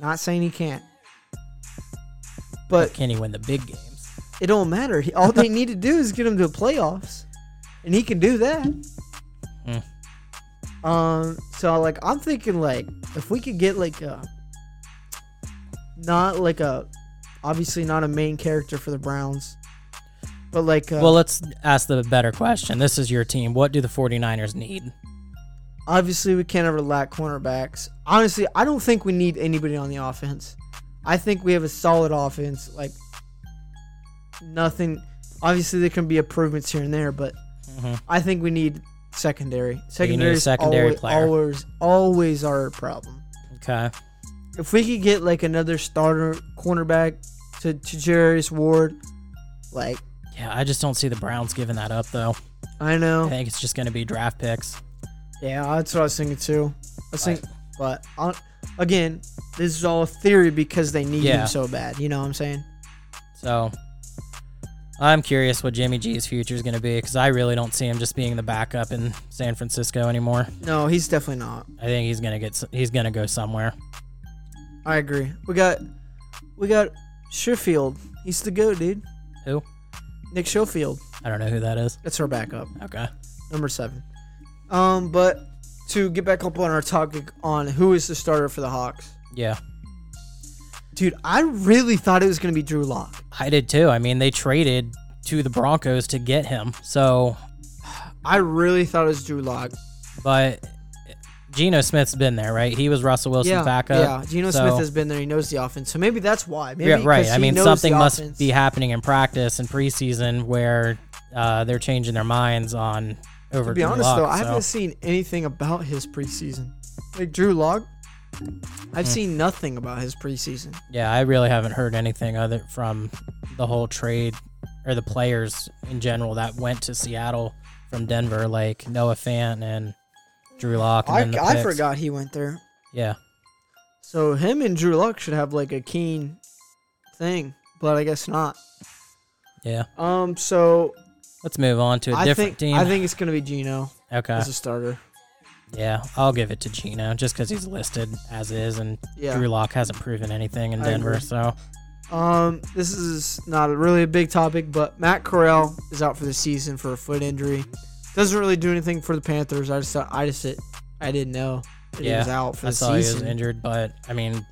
Speaker 1: Not saying he can't, but
Speaker 2: Can he win the big games?
Speaker 1: it don't matter. He- All they need to do is get him to the playoffs, and he can do that. Um. So like, I'm thinking like, if we could get like a, not like a, obviously not a main character for the Browns, but like, a,
Speaker 2: Well, let's ask the better question. This is your team. What do the 49ers need?
Speaker 1: obviously we can't ever lack cornerbacks. Honestly, I don't think we need anybody on the offense. I think we have a solid offense. Like nothing. Obviously, there can be improvements here and there, but
Speaker 2: Mhm.
Speaker 1: I think we need secondary.
Speaker 2: you need a
Speaker 1: Secondary,
Speaker 2: secondary
Speaker 1: always,
Speaker 2: player.
Speaker 1: always, always our problem.
Speaker 2: Okay.
Speaker 1: If we could get like another starter cornerback to to Jarius Ward, like
Speaker 2: Yeah, I just don't see the Browns giving that up though.
Speaker 1: I know,
Speaker 2: I think it's just going to be draft picks.
Speaker 1: Yeah, that's what I was thinking too. I was thinking, but i again, this is all theory because they need
Speaker 2: Yeah.
Speaker 1: him so bad. You know what I'm saying?
Speaker 2: So I'm curious what Jimmy G's future is going to be because I really don't see him just being the backup in San Francisco anymore.
Speaker 1: No, he's definitely not.
Speaker 2: I think he's going to get s- he's going to go somewhere.
Speaker 1: I agree. We got we got Sheffield. He's the go, dude.
Speaker 2: Who?
Speaker 1: Nick Schofield.
Speaker 2: I don't know who that is.
Speaker 1: That's our backup.
Speaker 2: Okay.
Speaker 1: number seven. Um, but to get back up on our topic on who is the starter for the Hawks,
Speaker 2: Yeah.
Speaker 1: dude, I really thought it was gonna be Drew Lock.
Speaker 2: I did too. I mean, they traded to the Broncos to get him. So,
Speaker 1: I really thought it was Drew Lock.
Speaker 2: but Geno Smith's been there, right? He was Russell Wilson's
Speaker 1: Yeah,
Speaker 2: backup.
Speaker 1: yeah. Geno
Speaker 2: so-
Speaker 1: Smith has been there. He knows the offense, so maybe that's why. Maybe
Speaker 2: Yeah, right.
Speaker 1: 'cause
Speaker 2: I
Speaker 1: he
Speaker 2: mean,
Speaker 1: knows
Speaker 2: something
Speaker 1: the
Speaker 2: must
Speaker 1: offense.
Speaker 2: be happening in practice and preseason where uh, they're changing their minds on over.
Speaker 1: To be
Speaker 2: Drew
Speaker 1: honest
Speaker 2: Lock,
Speaker 1: though, I
Speaker 2: so-
Speaker 1: haven't seen anything about his preseason. Like Drew Lock,
Speaker 2: Hmm.
Speaker 1: I've seen nothing about his preseason.
Speaker 2: Yeah, I really haven't heard anything other from the whole trade or the players in general that went to Seattle from Denver, like Noah Fant and Drew Lock. And
Speaker 1: I,
Speaker 2: then the
Speaker 1: I
Speaker 2: picks.
Speaker 1: forgot he went there.
Speaker 2: Yeah,
Speaker 1: So him and Drew Lock should have like a keen thing, but I guess not.
Speaker 2: yeah.
Speaker 1: Um, so
Speaker 2: Let's move on to a
Speaker 1: I
Speaker 2: different
Speaker 1: think
Speaker 2: team.
Speaker 1: I think it's gonna be Gino
Speaker 2: okay.
Speaker 1: as a starter.
Speaker 2: Yeah, I'll give it to Gino just because he's listed as is, and
Speaker 1: Yeah.
Speaker 2: Drew Lock hasn't proven anything in
Speaker 1: I
Speaker 2: Denver.
Speaker 1: agree.
Speaker 2: So
Speaker 1: Um, this is not a really a big topic, but Matt Corral is out for the season for a foot injury. Doesn't really do anything for the Panthers. I just thought, I just I didn't know that he
Speaker 2: Yeah,
Speaker 1: was out for
Speaker 2: I
Speaker 1: the
Speaker 2: saw he was
Speaker 1: season.
Speaker 2: injured, but I mean,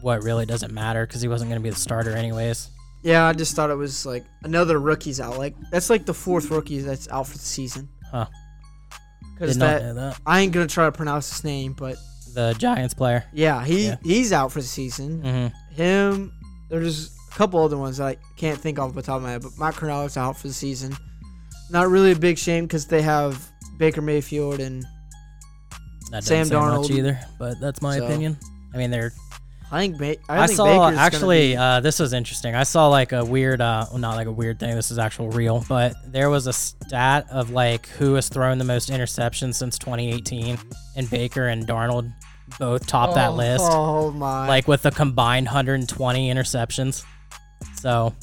Speaker 2: what really doesn't matter because he wasn't going to be the starter anyways.
Speaker 1: yeah, I just thought it was like another rookie's out. Like that's like the fourth rookie that's out for the season.
Speaker 2: Huh.
Speaker 1: Because
Speaker 2: Did not
Speaker 1: that
Speaker 2: know that.
Speaker 1: I ain't gonna try to pronounce his name, but
Speaker 2: The Giants player.
Speaker 1: yeah, he
Speaker 2: Yeah.
Speaker 1: he's out for the season.
Speaker 2: hmm
Speaker 1: him. There's a couple other ones that I can't think off the top of my head, but Mike Cornell's out for the season. Not really a big shame because they have Baker Mayfield and
Speaker 2: That doesn't
Speaker 1: Sam
Speaker 2: say much
Speaker 1: Darnold.
Speaker 2: either, but that's my
Speaker 1: So-
Speaker 2: opinion. I mean, they're.
Speaker 1: I think ba- I,
Speaker 2: I,
Speaker 1: think
Speaker 2: saw
Speaker 1: Baker's
Speaker 2: actually.
Speaker 1: gonna
Speaker 2: Uh, this was interesting. I saw like a weird, uh, well, not like a weird thing. This is actual real, but there was a stat of like who has thrown the most interceptions since 2018, and Baker and Darnold both top
Speaker 1: be-
Speaker 2: that list,
Speaker 1: Oh my! Like
Speaker 2: like with a combined 120 interceptions. So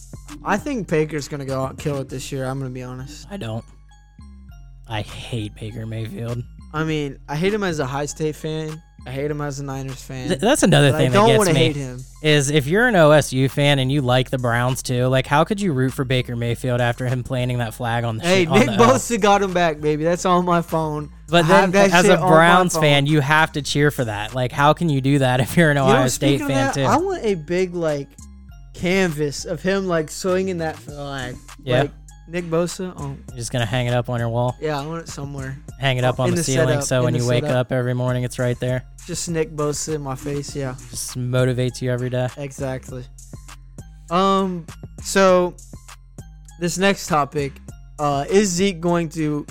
Speaker 1: I think Baker's gonna go out and kill it this year. I'm gonna be honest.
Speaker 2: I don't. I hate Baker Mayfield.
Speaker 1: I mean, I hate him as a high state fan. I hate him as a Niners fan.
Speaker 2: Th- that's another
Speaker 1: but I
Speaker 2: thing that
Speaker 1: don't
Speaker 2: gets
Speaker 1: want to
Speaker 2: me.
Speaker 1: hate him.
Speaker 2: is if you're an OSU fan and you like the Browns too, like how could you root for Baker Mayfield after him planting that flag on the
Speaker 1: Hey,
Speaker 2: shit- on
Speaker 1: Nick
Speaker 2: the L?
Speaker 1: Bosa got him back, baby. That's on my phone.
Speaker 2: But
Speaker 1: I
Speaker 2: then,
Speaker 1: have that
Speaker 2: as
Speaker 1: shit
Speaker 2: a
Speaker 1: on my
Speaker 2: Browns
Speaker 1: phone.
Speaker 2: fan, you have to cheer for that. Like, how can you do that if you're an
Speaker 1: You know,
Speaker 2: Ohio State
Speaker 1: speaking
Speaker 2: fan
Speaker 1: of that,
Speaker 2: too?
Speaker 1: I want a big like canvas of him like swinging that flag.
Speaker 2: Yeah.
Speaker 1: Like, Nick Bosa. Oh,
Speaker 2: You're just gonna hang it up on your wall,
Speaker 1: yeah, I want it somewhere.
Speaker 2: hang it up on
Speaker 1: In
Speaker 2: the,
Speaker 1: the
Speaker 2: ceiling,
Speaker 1: setup,
Speaker 2: so
Speaker 1: in
Speaker 2: when
Speaker 1: the
Speaker 2: you wake
Speaker 1: setup.
Speaker 2: up every morning, it's right there.
Speaker 1: Just Nick Bosa in my face. Yeah,
Speaker 2: Just motivates you every day.
Speaker 1: exactly. Um, so this next topic uh, is Zeke going to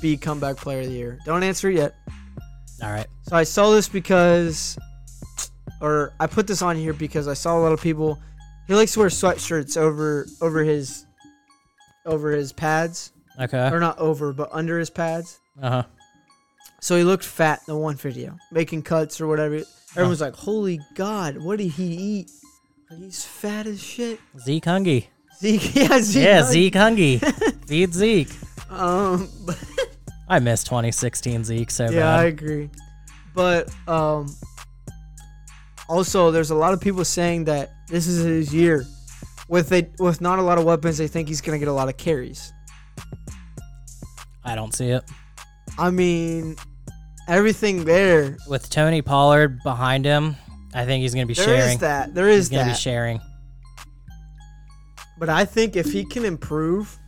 Speaker 1: be comeback player of the year? Don't answer yet.
Speaker 2: All right.
Speaker 1: So I saw this because, or I put this on here because I saw a lot of people. He likes to wear sweatshirts over over his over his pads,
Speaker 2: Okay.
Speaker 1: or not over, but under his pads.
Speaker 2: Uh huh.
Speaker 1: So he looked fat in the one video, making cuts or whatever.
Speaker 2: Uh-huh.
Speaker 1: Everyone's like, "Holy God, what did he eat? He's fat as shit."
Speaker 2: Zeke Hungy.
Speaker 1: Zeke, yeah, Zeke.
Speaker 2: Yeah,
Speaker 1: Hunt.
Speaker 2: Zeke Hungy. Feed Zeke.
Speaker 1: Um, but-
Speaker 2: I miss 2016 Zeke so
Speaker 1: yeah, I
Speaker 2: bad.
Speaker 1: agree. But um, also, there's a lot of people saying that this is his year. With a, with not a lot of weapons, they think he's gonna get a lot of carries.
Speaker 2: I don't see it.
Speaker 1: I mean, everything there.
Speaker 2: with Tony Pollard behind him, I think he's going to be
Speaker 1: There is
Speaker 2: sharing.
Speaker 1: that. There
Speaker 2: He's
Speaker 1: is
Speaker 2: going to be
Speaker 1: that.
Speaker 2: sharing.
Speaker 1: But I think if he can improve,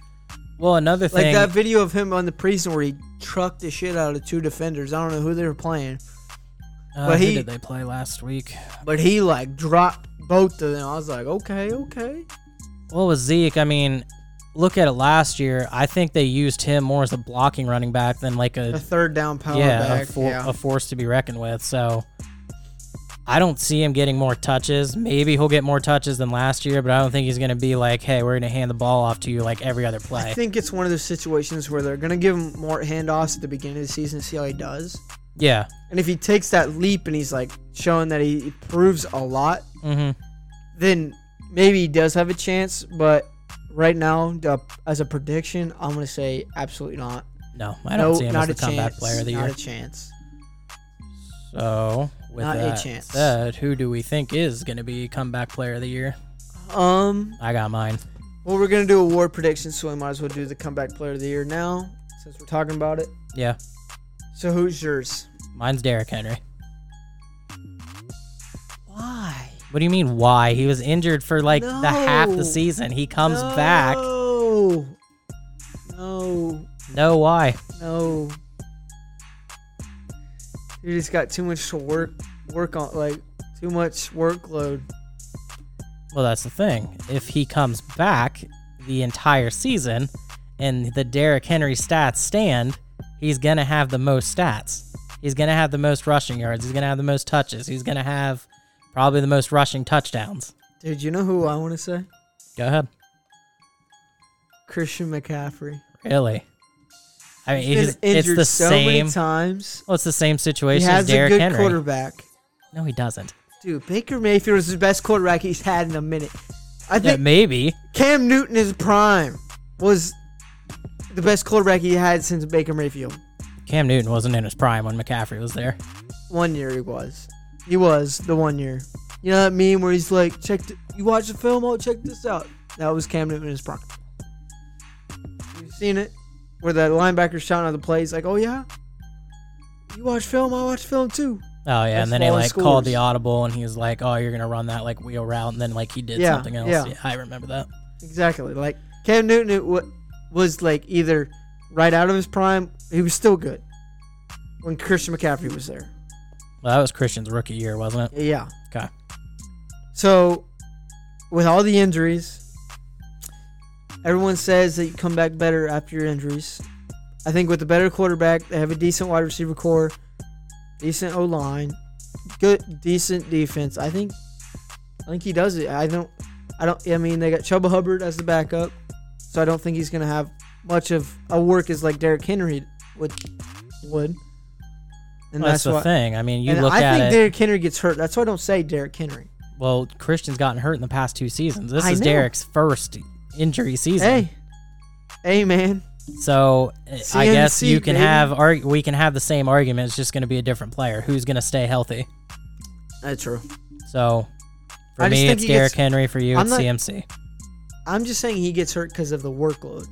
Speaker 2: Well, another
Speaker 1: like
Speaker 2: thing,
Speaker 1: that video of him on the prison where he trucked the shit out of two defenders. I don't know who they were playing,
Speaker 2: uh,
Speaker 1: but
Speaker 2: who
Speaker 1: he-
Speaker 2: did they play last week?
Speaker 1: but he like dropped both of them. I was like, okay, okay.
Speaker 2: Well, with Zeke, I mean, look at it last year. I think they used him more as a blocking running back than like
Speaker 1: A
Speaker 2: a
Speaker 1: third down power
Speaker 2: yeah, a,
Speaker 1: back.
Speaker 2: for,
Speaker 1: yeah.
Speaker 2: a force to be reckoned with. So I don't see him getting more touches. Maybe he'll get more touches than last year, but I don't think he's going to be like, hey, we're going to hand the ball off to you like every other
Speaker 1: I
Speaker 2: play.
Speaker 1: think it's one of those situations where they're going to give him more handoffs at the beginning of the season to see how he does.
Speaker 2: yeah.
Speaker 1: And if he takes that leap and he's like showing that he proves a lot,
Speaker 2: hmm
Speaker 1: then maybe he does have a chance. But right now, uh, as a prediction, I'm gonna say absolutely not.
Speaker 2: No, I don't
Speaker 1: no,
Speaker 2: see him as
Speaker 1: not
Speaker 2: the
Speaker 1: a
Speaker 2: comeback
Speaker 1: chance.
Speaker 2: player of the
Speaker 1: not
Speaker 2: year.
Speaker 1: a chance.
Speaker 2: So, with
Speaker 1: Not a
Speaker 2: that
Speaker 1: chance.
Speaker 2: said, who do we think is going to be comeback player of the year?
Speaker 1: Um,
Speaker 2: I got mine.
Speaker 1: well, we're gonna do award predictions, so we might as well do the comeback player of the year now, since we're talking about it.
Speaker 2: Yeah,
Speaker 1: So who's yours?
Speaker 2: mine's Derrick Henry.
Speaker 1: Why?
Speaker 2: What do you mean? Why he was injured for like the half
Speaker 1: No.
Speaker 2: the season? He comes back.
Speaker 1: No. No.
Speaker 2: No, why?
Speaker 1: No. You just got too much to work work on like too much workload.
Speaker 2: Well, that's the thing. If he comes back the entire season, and the Derrick Henry stats stand, he's gonna have the most stats. He's gonna have the most rushing yards. He's gonna have the most touches. He's gonna have probably the most rushing touchdowns.
Speaker 1: Dude, you know who I want to say?
Speaker 2: Go ahead.
Speaker 1: Christian McCaffrey.
Speaker 2: Really? I mean,
Speaker 1: He's been
Speaker 2: it's, it's
Speaker 1: injured
Speaker 2: the
Speaker 1: so
Speaker 2: same.
Speaker 1: many times.
Speaker 2: Well, it's the same
Speaker 1: He
Speaker 2: situation as
Speaker 1: has a
Speaker 2: Derrick
Speaker 1: good
Speaker 2: Henry.
Speaker 1: quarterback.
Speaker 2: No, he doesn't.
Speaker 1: Dude, Baker Mayfield is the best quarterback he's had in a minute. I
Speaker 2: Yeah,
Speaker 1: think
Speaker 2: maybe.
Speaker 1: Cam Newton is prime was the best quarterback he had since Baker Mayfield.
Speaker 2: Cam Newton wasn't in his prime when McCaffrey was there.
Speaker 1: One year he was. He was the one year. You know that meme where he's like, check, th- you watch the film, oh, check this out. That was Cam Newton in his prime. You've seen it? Where the linebacker's shouting out the plays, like, oh, yeah? You watch film, I watch film too.
Speaker 2: Oh yeah,
Speaker 1: That's
Speaker 2: and then he
Speaker 1: all he
Speaker 2: like called
Speaker 1: scores.
Speaker 2: the audible, and he was like, "Oh, you're gonna run that like wheel route," and then like he did
Speaker 1: Yeah,
Speaker 2: something else.
Speaker 1: yeah.
Speaker 2: Yeah. I remember that.
Speaker 1: Exactly. Like, Cam Newton it wa was like either right out of his prime, he was still good when Christian McCaffrey was there.
Speaker 2: Well, that was Christian's rookie year, wasn't it?
Speaker 1: Yeah.
Speaker 2: Okay.
Speaker 1: So, with all the injuries, everyone says that you come back better after your injuries. I think with the better quarterback, they have a decent wide receiver core, decent O line, good decent defense. I think, I think he does it. I don't, I don't. I mean, they got Chuba Hubbard as the backup, so I don't think he's gonna have much of a work as like Derrick Henry would. Would. And
Speaker 2: Well, that's, the
Speaker 1: why.
Speaker 2: thing. I mean, you
Speaker 1: and
Speaker 2: look
Speaker 1: I
Speaker 2: at
Speaker 1: think
Speaker 2: it.
Speaker 1: Derrick Henry gets hurt. That's why I don't say Derrick Henry.
Speaker 2: well, Christian's gotten hurt in the past two seasons. This
Speaker 1: I
Speaker 2: is
Speaker 1: know.
Speaker 2: Derek's first injury season.
Speaker 1: Hey, hey, man.
Speaker 2: So uh, I guess
Speaker 1: CMC,
Speaker 2: you can
Speaker 1: baby.
Speaker 2: have arg- we can have the same argument. It's just going to be a different player who's going to stay healthy.
Speaker 1: That's true.
Speaker 2: So for
Speaker 1: I just
Speaker 2: me,
Speaker 1: think
Speaker 2: it's
Speaker 1: he
Speaker 2: Derrick
Speaker 1: gets-
Speaker 2: Henry. For you,
Speaker 1: I'm
Speaker 2: it's
Speaker 1: not-
Speaker 2: CMC.
Speaker 1: I'm just saying he gets hurt because of the workload.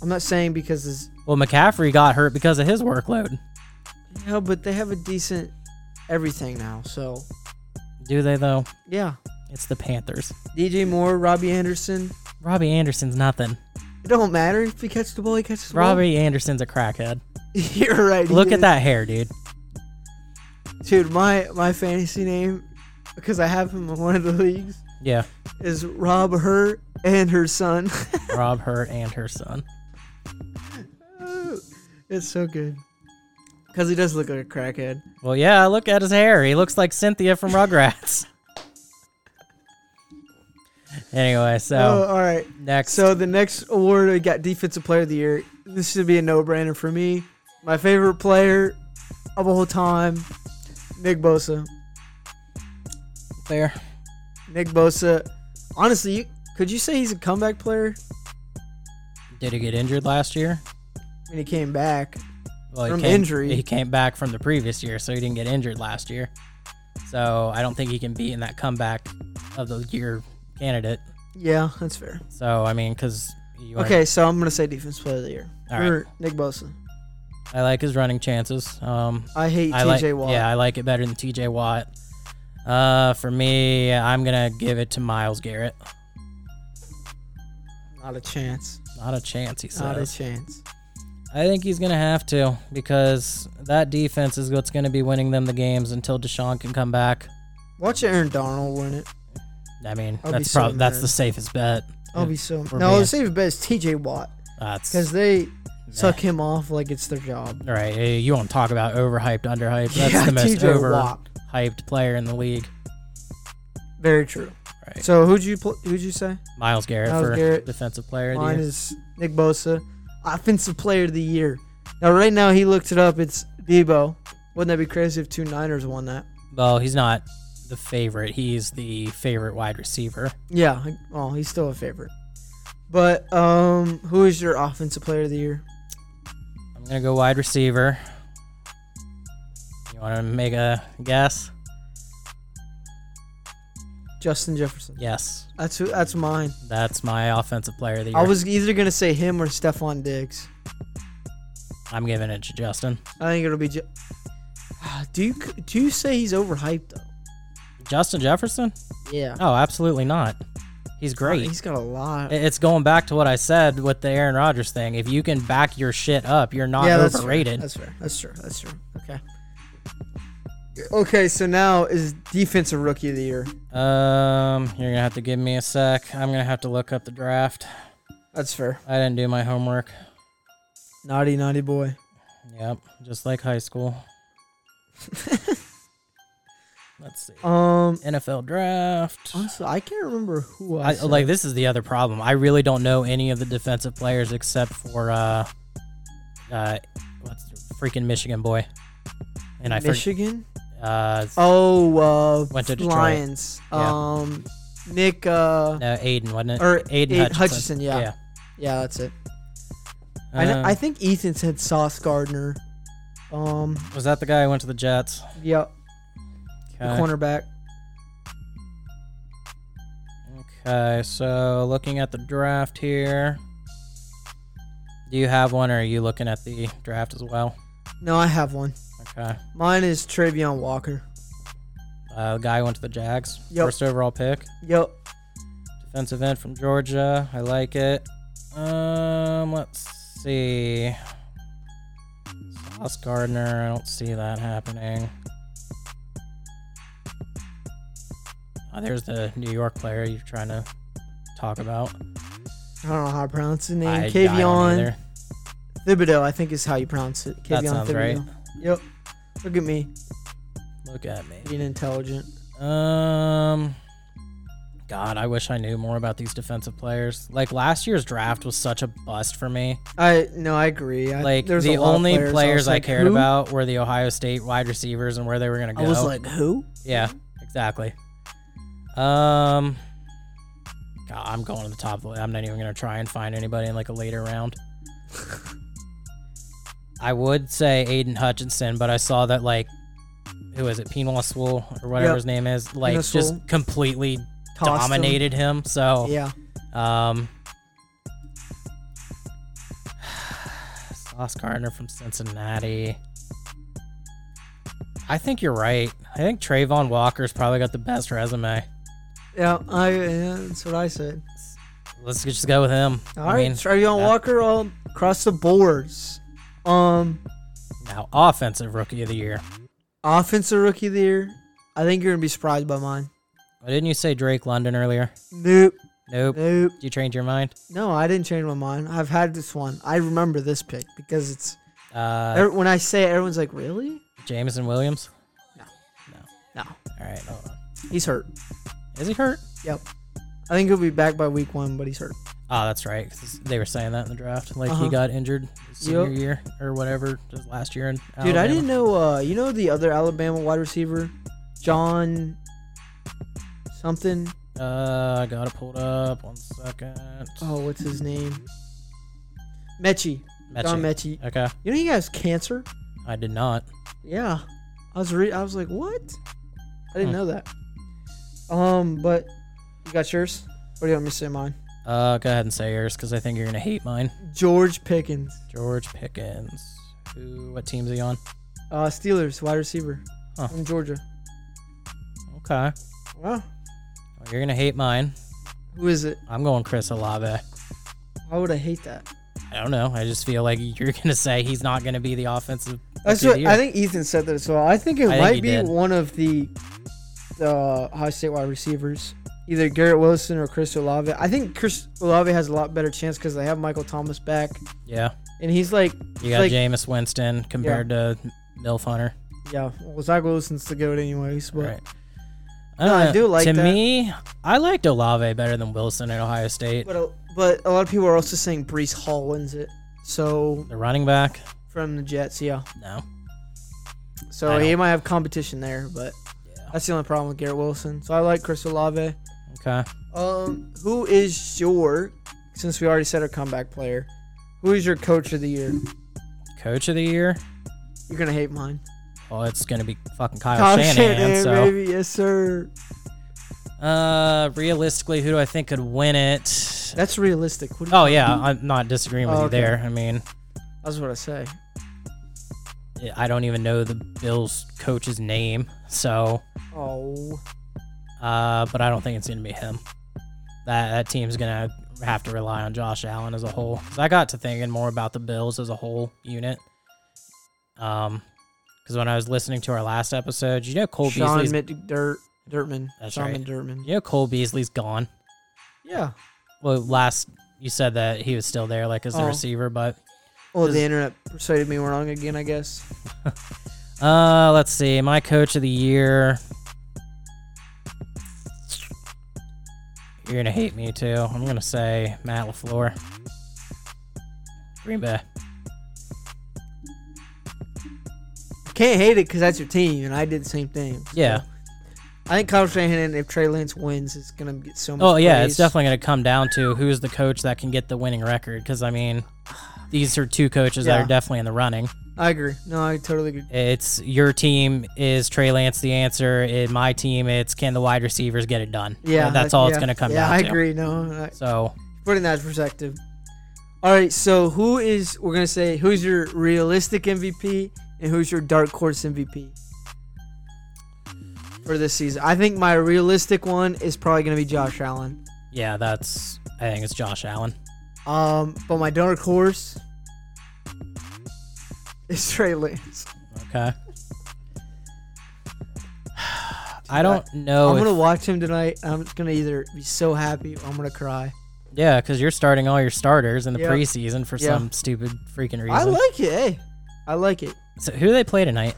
Speaker 1: I'm not saying because his
Speaker 2: Well, McCaffrey got hurt because of his workload.
Speaker 1: yeah, but they have a decent everything now. So
Speaker 2: Do they though?
Speaker 1: yeah,
Speaker 2: It's the Panthers.
Speaker 1: DJ Moore, Robbie Anderson.
Speaker 2: Robbie Anderson's nothing.
Speaker 1: It don't matter if he catches the ball. He catches the
Speaker 2: Robbie Anderson's a crackhead.
Speaker 1: ball. You're right. he
Speaker 2: Look at
Speaker 1: is.
Speaker 2: that hair, dude.
Speaker 1: dude. My my fantasy name because I have him in one of the leagues
Speaker 2: Yeah,
Speaker 1: is Rob her and her son.
Speaker 2: Rob, her, and her son.
Speaker 1: it's so good because he does look like a crackhead.
Speaker 2: Well, yeah, look at his hair. He looks like Cynthia from Rugrats. anyway,
Speaker 1: Oh,
Speaker 2: so
Speaker 1: all right.
Speaker 2: next.
Speaker 1: So the next award we got defensive player of the year. This should be a no-brainer for me. My favorite player of all time, Nick Bosa.
Speaker 2: Fair.
Speaker 1: Nick Bosa. Honestly, you, could you say he's a comeback player
Speaker 2: Did he get injured last year?
Speaker 1: when he came back?
Speaker 2: Well,
Speaker 1: From
Speaker 2: came,
Speaker 1: injury.
Speaker 2: He came back from the previous year, so he didn't get injured last year. So I don't think he can be in that comeback of the year candidate.
Speaker 1: Yeah, that's fair.
Speaker 2: So I mean, because
Speaker 1: Okay, er. so I'm gonna say defense player of the year
Speaker 2: All
Speaker 1: for Nick Bosa.
Speaker 2: I like his running chances. Um,
Speaker 1: I hate
Speaker 2: I
Speaker 1: T.J.
Speaker 2: like,
Speaker 1: Watt.
Speaker 2: Yeah, I like it better than TJ Watt. Uh, for me, I'm gonna give it to Miles Garrett.
Speaker 1: Not a chance.
Speaker 2: Not a chance, he
Speaker 1: Not a
Speaker 2: says.
Speaker 1: chance.
Speaker 2: I think he's gonna have to because that defense is what's gonna be winning them the games until Deshaun can come back.
Speaker 1: Watch Aaron Donald win it.
Speaker 2: I mean,
Speaker 1: I'll be
Speaker 2: that's
Speaker 1: so
Speaker 2: probably that's
Speaker 1: mad.
Speaker 2: the safest bet.
Speaker 1: I'll be so.
Speaker 2: For
Speaker 1: No,
Speaker 2: me.
Speaker 1: the safe bet is T.J. Watt
Speaker 2: That's
Speaker 1: because they suck him off like it's their job.
Speaker 2: all right. eh, You want to talk about overhyped, underhyped? That's
Speaker 1: Yeah,
Speaker 2: the most
Speaker 1: T.J. Watt.
Speaker 2: overhyped player in the league.
Speaker 1: Very true.
Speaker 2: Right.
Speaker 1: So who'd you pl- who'd you say?
Speaker 2: Miles Garrett
Speaker 1: Myles
Speaker 2: for
Speaker 1: Garrett.
Speaker 2: defensive player. of the
Speaker 1: Mine
Speaker 2: year.
Speaker 1: is Nick Bosa, offensive player of the year. Now right now he looked it up. It's Debo. Wouldn't that be crazy if two Niners won that?
Speaker 2: Well, he's not the favorite. He's the favorite wide receiver.
Speaker 1: Yeah. Well, he's still a favorite. But um, who is your offensive player of the year?
Speaker 2: I'm gonna go wide receiver. You want to make a guess?
Speaker 1: Justin Jefferson.
Speaker 2: Yes,
Speaker 1: That's who, that's mine.
Speaker 2: that's my offensive player of the year.
Speaker 1: I was either gonna say him or Stephon Diggs.
Speaker 2: I'm giving it to Justin.
Speaker 1: I think it'll be. Je- do you do you say he's overhyped though?
Speaker 2: Justin Jefferson?
Speaker 1: Yeah,
Speaker 2: Oh, absolutely not. He's great.
Speaker 1: He's got a lot.
Speaker 2: I- It's going back to what I said with the Aaron Rodgers thing. If you can back your shit up, you're not
Speaker 1: yeah, that's True.
Speaker 2: overrated.
Speaker 1: That's fair. That's true. That's true. Okay. Okay, so now is defensive rookie of the year.
Speaker 2: um, you're gonna have to give me a sec. I'm gonna have to look up the draft.
Speaker 1: That's fair.
Speaker 2: I didn't do my homework.
Speaker 1: Naughty, naughty boy.
Speaker 2: Yep, just like high school. Let's see.
Speaker 1: Um,
Speaker 2: NFL draft.
Speaker 1: honestly, I can't remember who I,
Speaker 2: I, like this is the other problem. I really don't know any of the defensive players except for uh, uh, what's the freaking Michigan boy, and I forget.
Speaker 1: Michigan.
Speaker 2: Uh,
Speaker 1: Oh, uh,
Speaker 2: Went to Detroit.
Speaker 1: Lions.
Speaker 2: Yeah.
Speaker 1: Um, Nick. Uh,
Speaker 2: no, Aiden wasn't it?
Speaker 1: Or
Speaker 2: Aiden
Speaker 1: Aiden Hutchinson,
Speaker 2: Hutchinson.
Speaker 1: yeah. yeah, that's it. I, kn-
Speaker 2: Um,
Speaker 1: I think Ethan said Sauce Gardner. Um,
Speaker 2: was that the guy who went to the Jets?
Speaker 1: yeah, the
Speaker 2: Okay.
Speaker 1: cornerback.
Speaker 2: okay, so looking at the draft here. Do you have one, or are you looking at the draft as well?
Speaker 1: No, I have one.
Speaker 2: Okay.
Speaker 1: Mine is Travion Walker.
Speaker 2: Uh, the guy who went to the Jags.
Speaker 1: Yep.
Speaker 2: First overall pick.
Speaker 1: Yep.
Speaker 2: Defensive end from Georgia. I like it. Um, let's see. Sauce Gardner. I don't see that happening. Oh, there's the New York player you're trying to talk about.
Speaker 1: I don't know how to pronounce his name.
Speaker 2: I- I don't
Speaker 1: Kavion
Speaker 2: either.
Speaker 1: Thibodeau, I think is how you pronounce it.
Speaker 2: That
Speaker 1: Kavion
Speaker 2: sounds right.
Speaker 1: Thibodeau. Yep. Look at me
Speaker 2: Look at me.
Speaker 1: being intelligent.
Speaker 2: Um, God, I wish I knew more about these defensive players. Like last year's draft was such a bust for me.
Speaker 1: I no, I agree. I,
Speaker 2: Like
Speaker 1: there's a
Speaker 2: the
Speaker 1: lot of
Speaker 2: only players,
Speaker 1: was
Speaker 2: I,
Speaker 1: like,
Speaker 2: cared
Speaker 1: who?
Speaker 2: about were the Ohio State wide receivers and where they were gonna go.
Speaker 1: I was like, who?
Speaker 2: yeah, exactly. Um, God, I'm going to the top of the. I'm not even gonna try and find anybody in like a later round. I would say Aiden Hutchinson, but I saw that like who is it, Pinoy Sewell or whatever
Speaker 1: Yep.
Speaker 2: his name is, like
Speaker 1: Penal Sewell.
Speaker 2: just completely
Speaker 1: Tossed him.
Speaker 2: dominated him. So
Speaker 1: Yeah.
Speaker 2: um, Sauce Gardner from Cincinnati. I think you're right. I think Trayvon Walker's probably got the best resume.
Speaker 1: Yeah, I yeah, that's what I said.
Speaker 2: Let's just go with him.
Speaker 1: All
Speaker 2: I
Speaker 1: right,
Speaker 2: mean,
Speaker 1: Travion
Speaker 2: that-
Speaker 1: Walker all across the boards. Um,
Speaker 2: now offensive rookie of the year.
Speaker 1: offensive rookie of the year. I think you're gonna be surprised by mine.
Speaker 2: Why didn't you say Drake London earlier?
Speaker 1: Nope,
Speaker 2: Nope. Did
Speaker 1: nope.
Speaker 2: you change your mind?
Speaker 1: No, I didn't change my mind. I've had this one. I remember this pick because it's
Speaker 2: Uh,
Speaker 1: every- when I say it, everyone's like, "Really?
Speaker 2: Jameson Williams.
Speaker 1: No,
Speaker 2: All right, hold on.
Speaker 1: he's hurt."
Speaker 2: Is he hurt?
Speaker 1: Yep. I think he'll be back by week one, but he's hurt.
Speaker 2: Oh, that's right. 'cause they were saying that in the draft. Like
Speaker 1: Uh-huh.
Speaker 2: he got injured his senior
Speaker 1: Yep.
Speaker 2: year or whatever, just last year. In
Speaker 1: Dude, I
Speaker 2: Alabama.
Speaker 1: didn't know. Uh, you know the other Alabama wide receiver, John something.
Speaker 2: Uh, I got it pulled up. One second.
Speaker 1: Oh, what's his name? Mechie.
Speaker 2: Mechie.
Speaker 1: John Mechie.
Speaker 2: Okay,
Speaker 1: You know he has cancer.
Speaker 2: I did not.
Speaker 1: Yeah, I was re- I was like, what? I didn't
Speaker 2: Hmm.
Speaker 1: know that. Um, but you got yours. What do you want me to say? Mine.
Speaker 2: Uh, go ahead and say yours because I think you're gonna hate mine.
Speaker 1: George Pickens,
Speaker 2: George Pickens. Who? What team's he on?
Speaker 1: uh, Steelers wide receiver
Speaker 2: Huh.
Speaker 1: from Georgia.
Speaker 2: Okay,
Speaker 1: Wow.
Speaker 2: well, you're gonna hate mine.
Speaker 1: Who is it?
Speaker 2: I'm going Chris Olave.
Speaker 1: Why would I hate that?
Speaker 2: I don't know. I just feel like you're gonna say he's not gonna be the offensive.
Speaker 1: That's
Speaker 2: rookie of
Speaker 1: what I
Speaker 2: the year.
Speaker 1: think. Ethan said that as well. I think it
Speaker 2: I think
Speaker 1: might
Speaker 2: he
Speaker 1: be
Speaker 2: did.
Speaker 1: one of the the Ohio State wide receivers, either Garrett Wilson or Chris Olave. I think Chris Olave has a lot better chance because they have Michael Thomas back,
Speaker 2: Yeah,
Speaker 1: and he's like,
Speaker 2: you got
Speaker 1: like-
Speaker 2: Jameis Winston compared to Milf Hunter.
Speaker 1: yeah, well, Zach Wilson's the goat anyways. But
Speaker 2: Right.
Speaker 1: No, I
Speaker 2: don't
Speaker 1: do like
Speaker 2: Uh, To
Speaker 1: that.
Speaker 2: me, I liked Olave better than Wilson at Ohio State.
Speaker 1: But a, but a lot of people are also saying Brees Hall wins it. So
Speaker 2: The running back,
Speaker 1: from the Jets, yeah.
Speaker 2: no.
Speaker 1: So
Speaker 2: I
Speaker 1: he
Speaker 2: don't-
Speaker 1: might have competition there, but
Speaker 2: Yeah.
Speaker 1: that's the only problem with Garrett Wilson. So I like Chris Olave.
Speaker 2: Okay.
Speaker 1: Um, who is your? 'cause since we already said our comeback player, who is your coach of the year?
Speaker 2: Coach of the year?
Speaker 1: You're gonna hate mine.
Speaker 2: Well, it's going to be fucking Kyle,
Speaker 1: Kyle
Speaker 2: Uh, Shanahan.
Speaker 1: Shanahan,
Speaker 2: so.
Speaker 1: baby, yes sir.
Speaker 2: Uh, realistically, who do I think could win it?
Speaker 1: That's realistic. What do you-
Speaker 2: Oh yeah, I'm not disagreeing with
Speaker 1: Oh,
Speaker 2: you
Speaker 1: okay.
Speaker 2: there. I mean,
Speaker 1: That's what I say.
Speaker 2: I don't even know the Bills coach's name, so
Speaker 1: Oh,
Speaker 2: uh, but I don't think it's gonna be him. That that team's gonna have to rely on Josh Allen as a whole. 'Cause I got to thinking more about the Bills as a whole unit. Um, because when I was listening to our last episode, you know Cole
Speaker 1: Sean
Speaker 2: Beasley's
Speaker 1: McDirt, Dirtman.
Speaker 2: That's
Speaker 1: Sean
Speaker 2: right.
Speaker 1: McDermott.
Speaker 2: you know Cole Beasley's gone.
Speaker 1: Yeah.
Speaker 2: Well, last you said that he was still there, like as the
Speaker 1: Oh.
Speaker 2: receiver, but
Speaker 1: Well,
Speaker 2: Does-
Speaker 1: the internet persuaded me wrong again. I guess.
Speaker 2: Uh, let's see. My coach of the year. You're gonna hate me too. I'm gonna say Matt Lafleur. Green Bay.
Speaker 1: Can't hate it because that's your team, and I did the same thing. So,
Speaker 2: Yeah.
Speaker 1: I think Kyle Shanahan, if Trey Lance wins, is gonna get so much.
Speaker 2: Oh yeah, it's
Speaker 1: praise.
Speaker 2: definitely gonna come down to who's the coach that can get the winning record. Because I mean, these are two coaches that
Speaker 1: Yeah.
Speaker 2: are definitely in the running.
Speaker 1: I agree. No, I totally agree.
Speaker 2: It's your team is Trey Lance the answer. In my team, it's can the wide receivers get it done.
Speaker 1: Yeah,
Speaker 2: that's
Speaker 1: I-
Speaker 2: all it's
Speaker 1: yeah.
Speaker 2: gonna come
Speaker 1: yeah,
Speaker 2: down
Speaker 1: I
Speaker 2: to.
Speaker 1: agree. No, I,
Speaker 2: So
Speaker 1: putting that in perspective. All right, so who is we're gonna say who's your realistic MVP and who's your dark horse MVP for this season? I think my realistic one is probably gonna be Josh Allen.
Speaker 2: yeah, that's I think it's Josh Allen.
Speaker 1: Um, but my dark horse is Trey Lance.
Speaker 2: Okay. I don't know.
Speaker 1: I'm
Speaker 2: Oh, if-
Speaker 1: gonna watch him tonight. and I'm just gonna either be so happy or I'm gonna cry.
Speaker 2: yeah, because you're starting all your starters in the
Speaker 1: Yeah.
Speaker 2: preseason for
Speaker 1: Yeah.
Speaker 2: some stupid freaking reason.
Speaker 1: I like it. Hey, I like it.
Speaker 2: so who do they play tonight?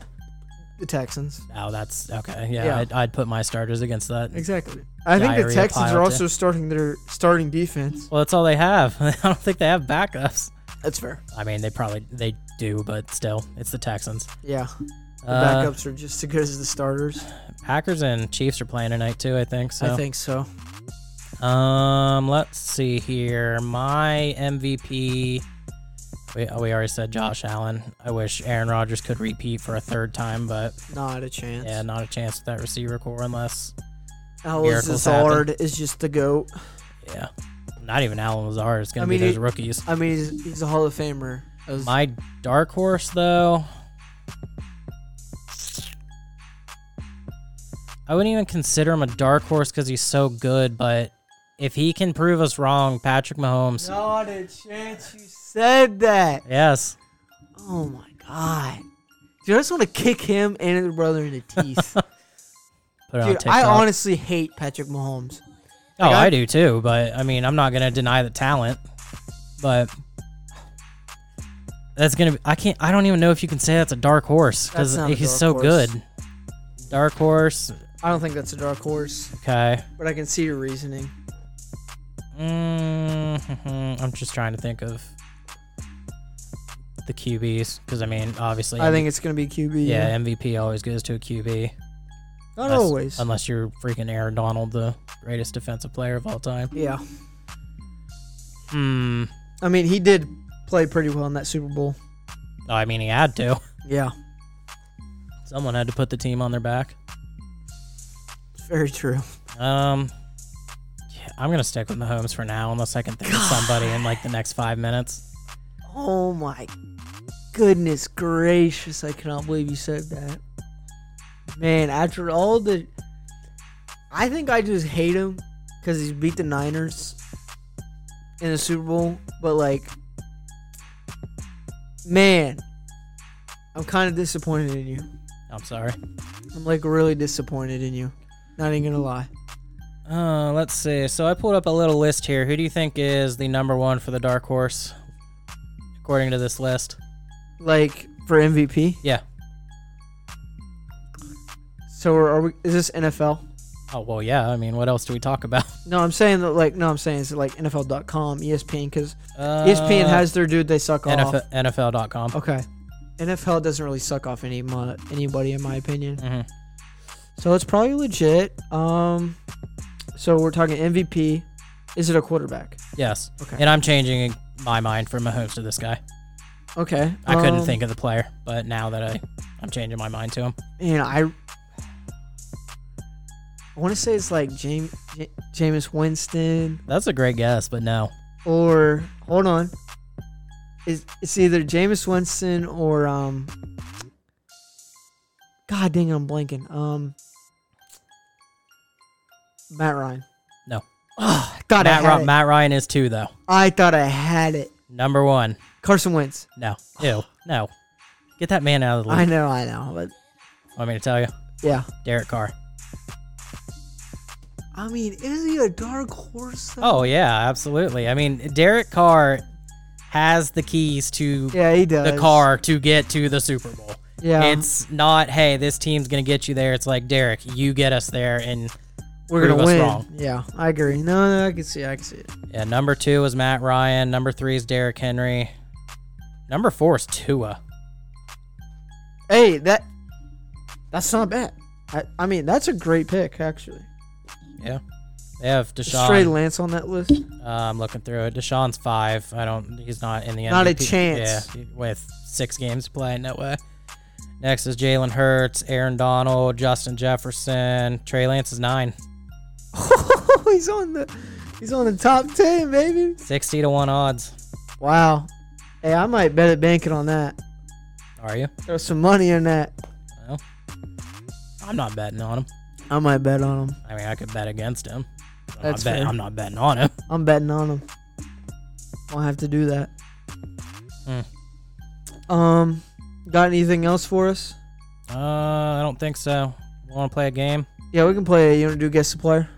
Speaker 1: The Texans.
Speaker 2: Oh, that's okay. Yeah,
Speaker 1: Yeah.
Speaker 2: I'd, I'd put my starters against that.
Speaker 1: Exactly. I think the
Speaker 2: Diarrhea
Speaker 1: Texans
Speaker 2: pile,
Speaker 1: are
Speaker 2: too.
Speaker 1: also starting their starting defense.
Speaker 2: Well, that's all they have. I don't think they have backups.
Speaker 1: That's fair.
Speaker 2: I mean, they probably they do, but still, it's the Texans.
Speaker 1: Yeah. The
Speaker 2: Uh,
Speaker 1: backups are just as good as the starters.
Speaker 2: Packers and Chiefs are playing tonight too. I think so.
Speaker 1: I think so.
Speaker 2: Um, let's see here. My MVP. We, oh, we already said Josh Allen. I wish Aaron Rodgers could repeat for a third time, but
Speaker 1: Not a chance.
Speaker 2: yeah, not a chance with that receiver core unless
Speaker 1: Alex
Speaker 2: miracles happen.
Speaker 1: Lazard is just the GOAT.
Speaker 2: yeah, not even Allen Lazard is going
Speaker 1: I
Speaker 2: to
Speaker 1: mean,
Speaker 2: be those
Speaker 1: he-
Speaker 2: rookies.
Speaker 1: I mean, he's, he's a Hall of Famer. I was-
Speaker 2: My dark horse though. I wouldn't even consider him a dark horse because he's so good, but if he can prove us wrong, Patrick Mahomes.
Speaker 1: not a chance you said that.
Speaker 2: Yes.
Speaker 1: Oh my God. Dude, I just want to kick him and his brother in the teeth.
Speaker 2: Put it on
Speaker 1: Dude,
Speaker 2: TikTok.
Speaker 1: I honestly hate Patrick Mahomes.
Speaker 2: Oh,
Speaker 1: Like, I-
Speaker 2: I, do too, but I mean, I'm not gonna deny the talent, but that's gonna. Be, I can't. I don't even know if you can say that's a dark horse because
Speaker 1: That's not a
Speaker 2: he's
Speaker 1: dark
Speaker 2: so
Speaker 1: horse.
Speaker 2: good. Dark horse.
Speaker 1: I don't think that's a dark horse,
Speaker 2: Okay.
Speaker 1: but I can see your reasoning.
Speaker 2: Mm, I'm just trying to think of the QBs because I mean, obviously,
Speaker 1: I think it's going to be QB.
Speaker 2: yeah, MVP always goes to a QB.
Speaker 1: Not
Speaker 2: unless-
Speaker 1: always.
Speaker 2: Unless you're freaking Aaron Donald, the greatest defensive player of all time.
Speaker 1: yeah.
Speaker 2: Hmm.
Speaker 1: I mean, he did play pretty well in that Super Bowl.
Speaker 2: Oh, I mean, he had to.
Speaker 1: Yeah.
Speaker 2: Someone had to put the team on their back.
Speaker 1: Very true.
Speaker 2: Um, yeah, I'm gonna stick with Mahomes for now, unless I can think of somebody in like the next five minutes.
Speaker 1: Oh my goodness gracious! I cannot believe you said that. Man, after all the, I think I just hate him because he's beat the Niners in the Super Bowl. But like, man, I'm kind of disappointed in you.
Speaker 2: I'm sorry.
Speaker 1: I'm like really disappointed in you. Not even gonna lie.
Speaker 2: Uh, let's see. So I pulled up a little list here. Who do you think is the number one for the dark horse, according to this list?
Speaker 1: Like for MVP.
Speaker 2: Yeah.
Speaker 1: So are, are we? Is this NFL?
Speaker 2: Oh well, yeah. I mean, what else do we talk about?
Speaker 1: No, I'm saying that like no, I'm saying it's like NFL.com, ESPN, because
Speaker 2: Uh,
Speaker 1: ESPN has their dude they suck off. Oh.
Speaker 2: NFL, NFL.com.
Speaker 1: Okay, NFL doesn't really suck off any mu- anybody in my opinion.
Speaker 2: Mhm.
Speaker 1: So it's probably legit. Um, so we're talking MVP. Is it a quarterback?
Speaker 2: Yes.
Speaker 1: Okay.
Speaker 2: And I'm changing my mind from Mahomes to this guy.
Speaker 1: Okay.
Speaker 2: I couldn't
Speaker 1: um,
Speaker 2: think of the player, but now that I, I'm changing my mind to him.
Speaker 1: Man, I. I want to say it's like James, Jameis Winston,
Speaker 2: That's a great guess, but no.
Speaker 1: or hold on, it's, it's either Jameis Winston or um. God dang it, I'm blanking. Um. Matt Ryan.
Speaker 2: No.
Speaker 1: Oh, I thought
Speaker 2: Matt,
Speaker 1: I had
Speaker 2: Ry-
Speaker 1: it.
Speaker 2: Matt Ryan is two though.
Speaker 1: I thought I had it.
Speaker 2: Number one.
Speaker 1: Carson Wentz.
Speaker 2: No. Ew. No. Get that man out of the
Speaker 1: I
Speaker 2: league.
Speaker 1: know, I know, but
Speaker 2: Want me to tell you?
Speaker 1: yeah.
Speaker 2: Derek Carr.
Speaker 1: I mean, is he a dark horse? though?
Speaker 2: Oh yeah, absolutely. I mean, Derek Carr has the keys to
Speaker 1: yeah, he does.
Speaker 2: the car to get to the Super Bowl.
Speaker 1: Yeah,
Speaker 2: It's not, hey, this team's gonna get you there. It's like Derek, you get us there. And
Speaker 1: we're
Speaker 2: prove
Speaker 1: gonna
Speaker 2: us
Speaker 1: win.
Speaker 2: wrong.
Speaker 1: Yeah, I agree. No, no, I can see, it, I can see it.
Speaker 2: yeah, number two is Matt Ryan. Number three is Derek Henry. Number four is Tua.
Speaker 1: Hey, that that's not bad. I, I mean, that's a great pick actually.
Speaker 2: Yeah. They have
Speaker 1: Straight
Speaker 2: Deshaun.
Speaker 1: Lance on that list.
Speaker 2: Uh, I'm looking through it. Deshaun's five. I don't. He's not in the MVP.
Speaker 1: Not a chance.
Speaker 2: Yeah, with six games to play, no way. Next is Jalen Hurts, Aaron Donald, Justin Jefferson. Trey Lance is nine.
Speaker 1: he's on the he's on the top ten, baby.
Speaker 2: 60 to 1 odds.
Speaker 1: Wow. Hey, I might bet it banking on that.
Speaker 2: Are you?
Speaker 1: Throw some money in that.
Speaker 2: Well, I'm not betting on him.
Speaker 1: I might bet on him.
Speaker 2: I mean, I could bet against him. I'm,
Speaker 1: That's
Speaker 2: not, bet-
Speaker 1: fair.
Speaker 2: I'm not betting on him.
Speaker 1: I'm betting on him. I'll have to do that.
Speaker 2: Hmm.
Speaker 1: Um, got anything else for us?
Speaker 2: Uh, I don't think so. Want to play a game?
Speaker 1: Yeah, we can play. You want to do guess the player?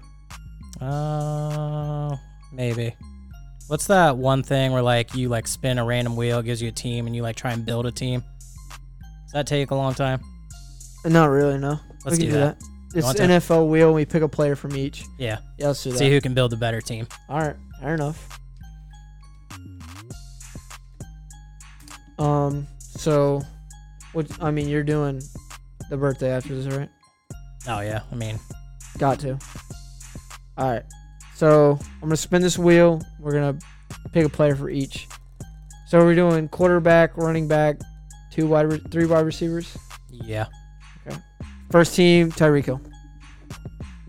Speaker 2: Uh, maybe. What's that one thing where like you like spin a random wheel, it gives you a team, and you like try and build a team? Does that take a long time?
Speaker 1: Not really. No,
Speaker 2: Let's
Speaker 1: we can
Speaker 2: do that.
Speaker 1: It's
Speaker 2: want that?
Speaker 1: NFL wheel. and We pick a player from each.
Speaker 2: Yeah.
Speaker 1: Yeah, let's do that.
Speaker 2: See who can build the better team.
Speaker 1: All right, fair enough. Um, so, what? I mean, you're doing the birthday after this, right?
Speaker 2: Oh yeah. I mean,
Speaker 1: Got to. All right. So I'm gonna spin this wheel. We're gonna pick a player for each. So we're doing quarterback, running back, two wide, re- three wide receivers.
Speaker 2: yeah.
Speaker 1: First team, Tyreek Hill.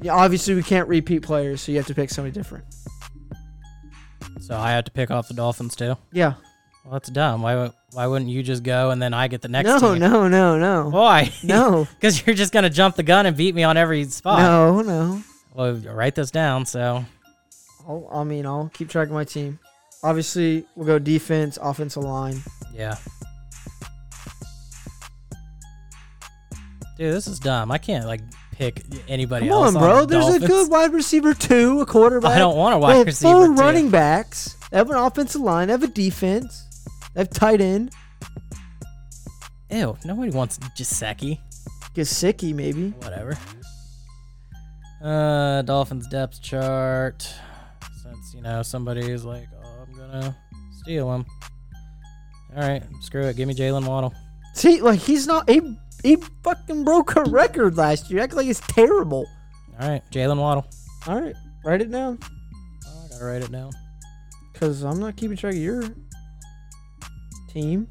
Speaker 1: Yeah, obviously we can't repeat players, so you have to pick somebody different.
Speaker 2: So I have to pick off the Dolphins too.
Speaker 1: Yeah.
Speaker 2: Well, that's dumb. Why? wou- Why wouldn't you just go and then I get the next
Speaker 1: no,
Speaker 2: team?
Speaker 1: no, no, no,
Speaker 2: Why?
Speaker 1: no,
Speaker 2: Because you're just gonna jump the gun and beat me on every spot.
Speaker 1: no, no.
Speaker 2: Well, write this down. So
Speaker 1: I'll, I mean, I'll keep track of my team. Obviously, we'll go defense, offensive line.
Speaker 2: yeah. Dude, this is dumb. I can't like pick anybody
Speaker 1: Come
Speaker 2: else.
Speaker 1: on, bro. There's
Speaker 2: Dolphins.
Speaker 1: a good wide receiver too, a quarterback.
Speaker 2: I don't want a wide
Speaker 1: They have
Speaker 2: receiver.
Speaker 1: Four
Speaker 2: too.
Speaker 1: running backs. They have an offensive line. They have a defense. They have tight end.
Speaker 2: Ew, nobody wants Jaceki.
Speaker 1: Gasicki, maybe.
Speaker 2: Whatever. Uh, Dolphins depth chart. Since you know somebody's like, oh, I'm gonna steal him. All right, screw it. Give me Jalen Waddle.
Speaker 1: See, like he's not. He he fucking broke a record last year. Act like it's terrible.
Speaker 2: All right, Jalen Waddle.
Speaker 1: All right, write it down,
Speaker 2: Oh, I gotta write it down.
Speaker 1: cause I'm not keeping track of your team.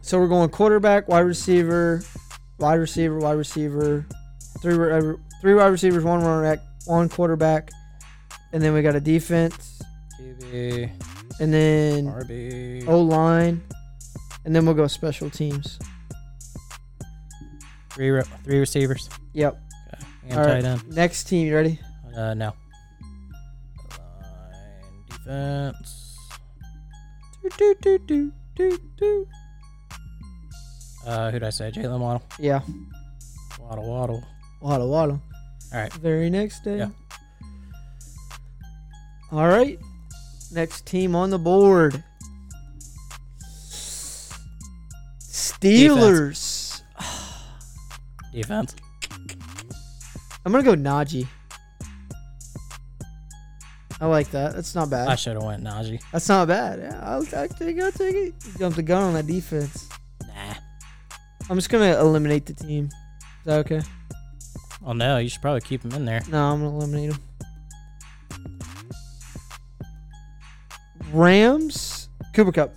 Speaker 1: So we're going quarterback, wide receiver, wide receiver, wide receiver, three ri- three wide receivers, one running back, one quarterback, and then we got a defense,
Speaker 2: QB,
Speaker 1: and then
Speaker 2: RB.
Speaker 1: O line, and then we'll go special teams.
Speaker 2: Three, re- three receivers.
Speaker 1: Yep.
Speaker 2: Okay. And
Speaker 1: All right.
Speaker 2: tight end.
Speaker 1: Next team, you ready?
Speaker 2: Uh, no. Line defense.
Speaker 1: Do, do, do, do, do, do.
Speaker 2: Uh, who'd I say? Jalen Waddle.
Speaker 1: Yeah.
Speaker 2: Waddle, Waddle.
Speaker 1: Waddle, waddle.
Speaker 2: All right.
Speaker 1: Very next day.
Speaker 2: Yeah.
Speaker 1: All right. Next team on the board. Steelers.
Speaker 2: Defense.
Speaker 1: I'm gonna go Najee. I like that. That's not bad.
Speaker 2: I should have went Najee.
Speaker 1: That's not bad. Yeah, I'll, I'll take it. I'll take it. Jump the gun on that defense.
Speaker 2: Nah.
Speaker 1: I'm just gonna eliminate the team. Is that okay?
Speaker 2: Oh no, you should probably keep him in there.
Speaker 1: No, I'm gonna eliminate him. Rams, Cooper Cup.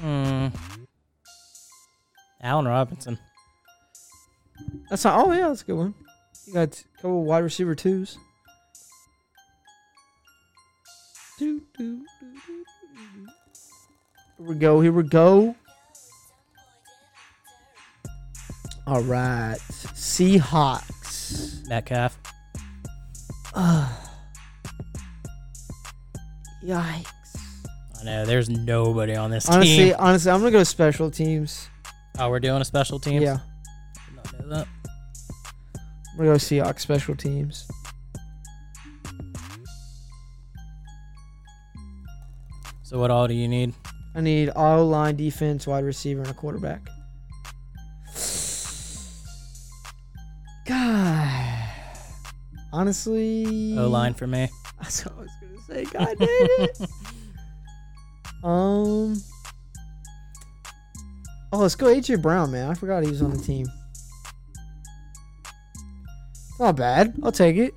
Speaker 2: Hmm. Allen Robinson.
Speaker 1: That's not. Oh yeah, that's a good one. You got a couple wide receiver twos. Do, do, do, do, do, do. Here we go. Here we go. All right, Seahawks.
Speaker 2: Metcalf.
Speaker 1: Yikes.
Speaker 2: I know there's nobody on this
Speaker 1: Honestly,
Speaker 2: team.
Speaker 1: honestly, I'm gonna go special teams.
Speaker 2: Oh, we're doing a special teams.
Speaker 1: Yeah,
Speaker 2: Did not know that.
Speaker 1: I'm gonna go Seahawks special teams.
Speaker 2: So what all do you need?
Speaker 1: I need O line, defense, wide receiver, and a quarterback. God. Honestly.
Speaker 2: O line for me.
Speaker 1: That's what I was gonna say. God dang it. um. Oh, let's go AJ Brown, man. I forgot he was on the team. It's Not bad. I'll take it.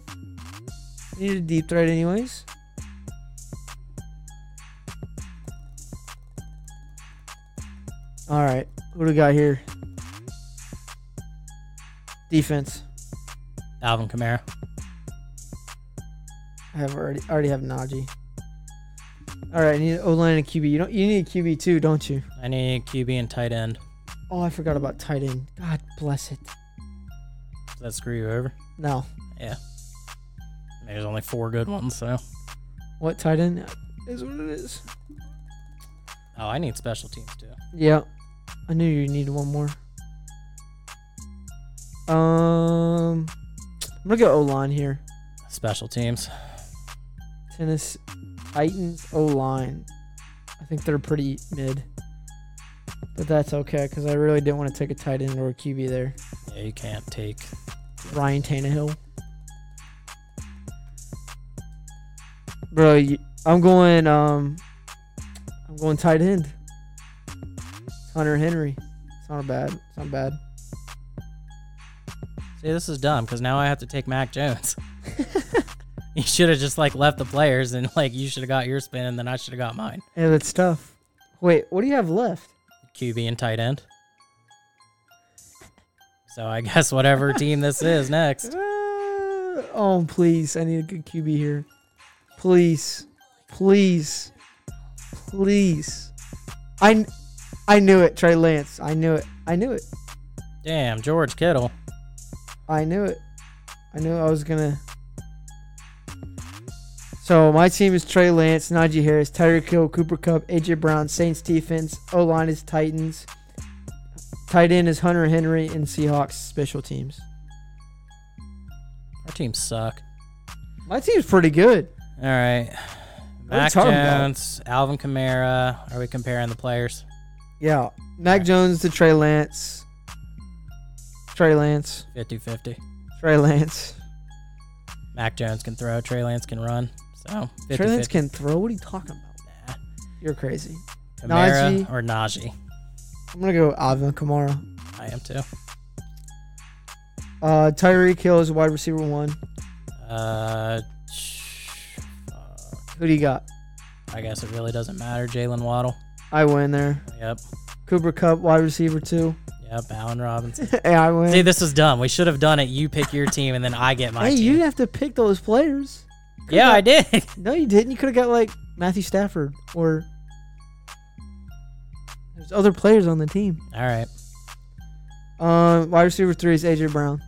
Speaker 1: Need a deep threat, anyways. All right, what do we got here? Defense.
Speaker 2: Alvin Kamara.
Speaker 1: I have already I already have Najee. All right, I need O line and QB. You don't you need a QB too, don't you?
Speaker 2: I need QB and tight end.
Speaker 1: Oh, I forgot about tight end. God bless it.
Speaker 2: Does that screw you over?
Speaker 1: No,
Speaker 2: There's only four good ones, so.
Speaker 1: what tight end is what it is.
Speaker 2: Oh, I need special teams too.
Speaker 1: Yeah, I knew you needed one more. Um, I'm gonna go O line here.
Speaker 2: Special teams.
Speaker 1: Tennis Titans O line. I think they're pretty mid, but that's okay because I really didn't want to take a tight end or a QB there.
Speaker 2: Yeah, you can't take.
Speaker 1: Ryan Tannehill. Bro, you- I'm going. Um, I'm going tight end. Hunter Henry. It's not bad. It's not bad.
Speaker 2: See, this is dumb because now I have to take Mac Jones. you should have just like left the players and like you should have got your spin and then I should have got mine.
Speaker 1: Yeah, that's tough. Wait, what do you have left?
Speaker 2: QB and tight end. So I guess whatever team this is next.
Speaker 1: Uh, oh, please! I need a good QB here. Please, please, please. I, kn- I knew it. Trey Lance. I knew it. I knew it.
Speaker 2: Damn, George Kittle.
Speaker 1: I knew it. I knew I was gonna. So my team is Trey Lance, Najee Harris, Tyreek Hill, Cooper Cup, AJ Brown, Saints defense. O line is Titans. Tight end is Hunter Henry and Seahawks special teams.
Speaker 2: Our teams suck.
Speaker 1: My team's pretty good.
Speaker 2: All
Speaker 1: are
Speaker 2: right.
Speaker 1: you
Speaker 2: Mac
Speaker 1: talking about?
Speaker 2: Jones, Alvin Kamara. Are we comparing the players?
Speaker 1: Yeah, Mac Jones to Trey Lance. Trey Lance.
Speaker 2: 50 50.
Speaker 1: Trey Lance.
Speaker 2: Mac Jones can throw, Trey Lance can run. So 50
Speaker 1: Trey Lance can throw. What are you talking about?
Speaker 2: Nah.
Speaker 1: You're crazy.
Speaker 2: Kamara
Speaker 1: Najee.
Speaker 2: or Najee.
Speaker 1: I'm gonna go Alvin Kamara.
Speaker 2: I am too.
Speaker 1: Uh, Tyreek Hill is wide receiver one.
Speaker 2: Uh, sh- fuck.
Speaker 1: Who do you got?
Speaker 2: I guess it really doesn't matter. Jalen Waddle.
Speaker 1: I win there.
Speaker 2: Yep.
Speaker 1: Cooper Cup, wide receiver two.
Speaker 2: Yep. Allen Robinson.
Speaker 1: hey, I win.
Speaker 2: See, this is dumb. We should have done it. You pick your team and then I get my
Speaker 1: hey, you
Speaker 2: team.
Speaker 1: didn't have to pick those players.
Speaker 2: yeah, I did.
Speaker 1: No, you didn't. You could have got like Matthew Stafford or there's other players on the team.
Speaker 2: All right.
Speaker 1: Um, wide receiver three is AJ Brown.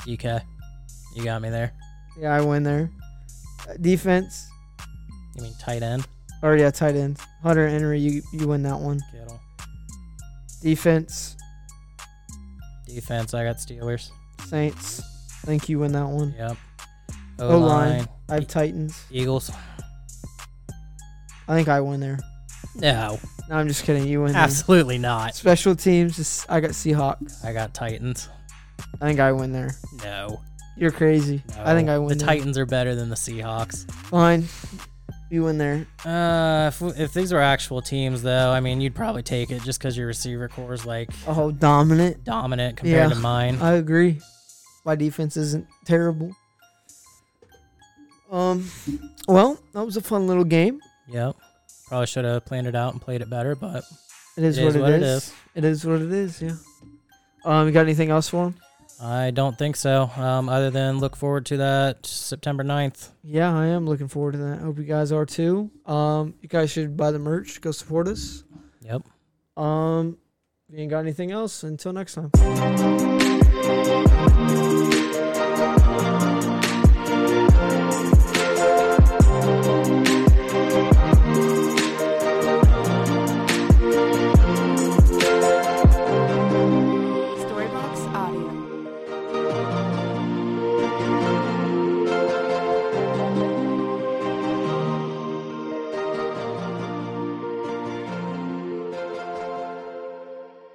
Speaker 2: DK. You got me there.
Speaker 1: Yeah, I win there. Uh, defense.
Speaker 2: You mean tight end?
Speaker 1: Oh yeah, tight end. Hunter Henry, you you win that one.
Speaker 2: Kittle.
Speaker 1: Defense.
Speaker 2: Defense, I got Steelers.
Speaker 1: Saints. I think you win that one.
Speaker 2: Yep.
Speaker 1: O line.
Speaker 2: O-line.
Speaker 1: I have Titans.
Speaker 2: Eagles.
Speaker 1: I think I win there.
Speaker 2: No,
Speaker 1: No, I'm just kidding. You win. there.
Speaker 2: absolutely not.
Speaker 1: Special teams. is- I got Seahawks.
Speaker 2: I got Titans.
Speaker 1: I think I win there.
Speaker 2: No.
Speaker 1: You're crazy.
Speaker 2: no.
Speaker 1: I think I win.
Speaker 2: The Titans are better than the Seahawks.
Speaker 1: there. Fine. You win there.
Speaker 2: Uh, if, if these were actual teams, though, I mean, you'd probably take it just because your receiver core is like
Speaker 1: Oh, dominant.
Speaker 2: dominant compared
Speaker 1: Yeah. Uh,
Speaker 2: to mine.
Speaker 1: I agree. My defense isn't terrible. Um, well, that was a fun little game.
Speaker 2: Yep. Probably should have planned it out and played it better, but
Speaker 1: It is,
Speaker 2: It
Speaker 1: what,
Speaker 2: is what
Speaker 1: it
Speaker 2: it
Speaker 1: is.
Speaker 2: is.
Speaker 1: It is what it is. Yeah. Um, you got anything else for him?
Speaker 2: I don't think so. Um, other than look forward to that September 9th.
Speaker 1: Yeah, I am looking forward to that. I hope you guys are too. Um, you guys should buy the merch. Go support us.
Speaker 2: Yep.
Speaker 1: Um, you ain't got anything else. Until next time.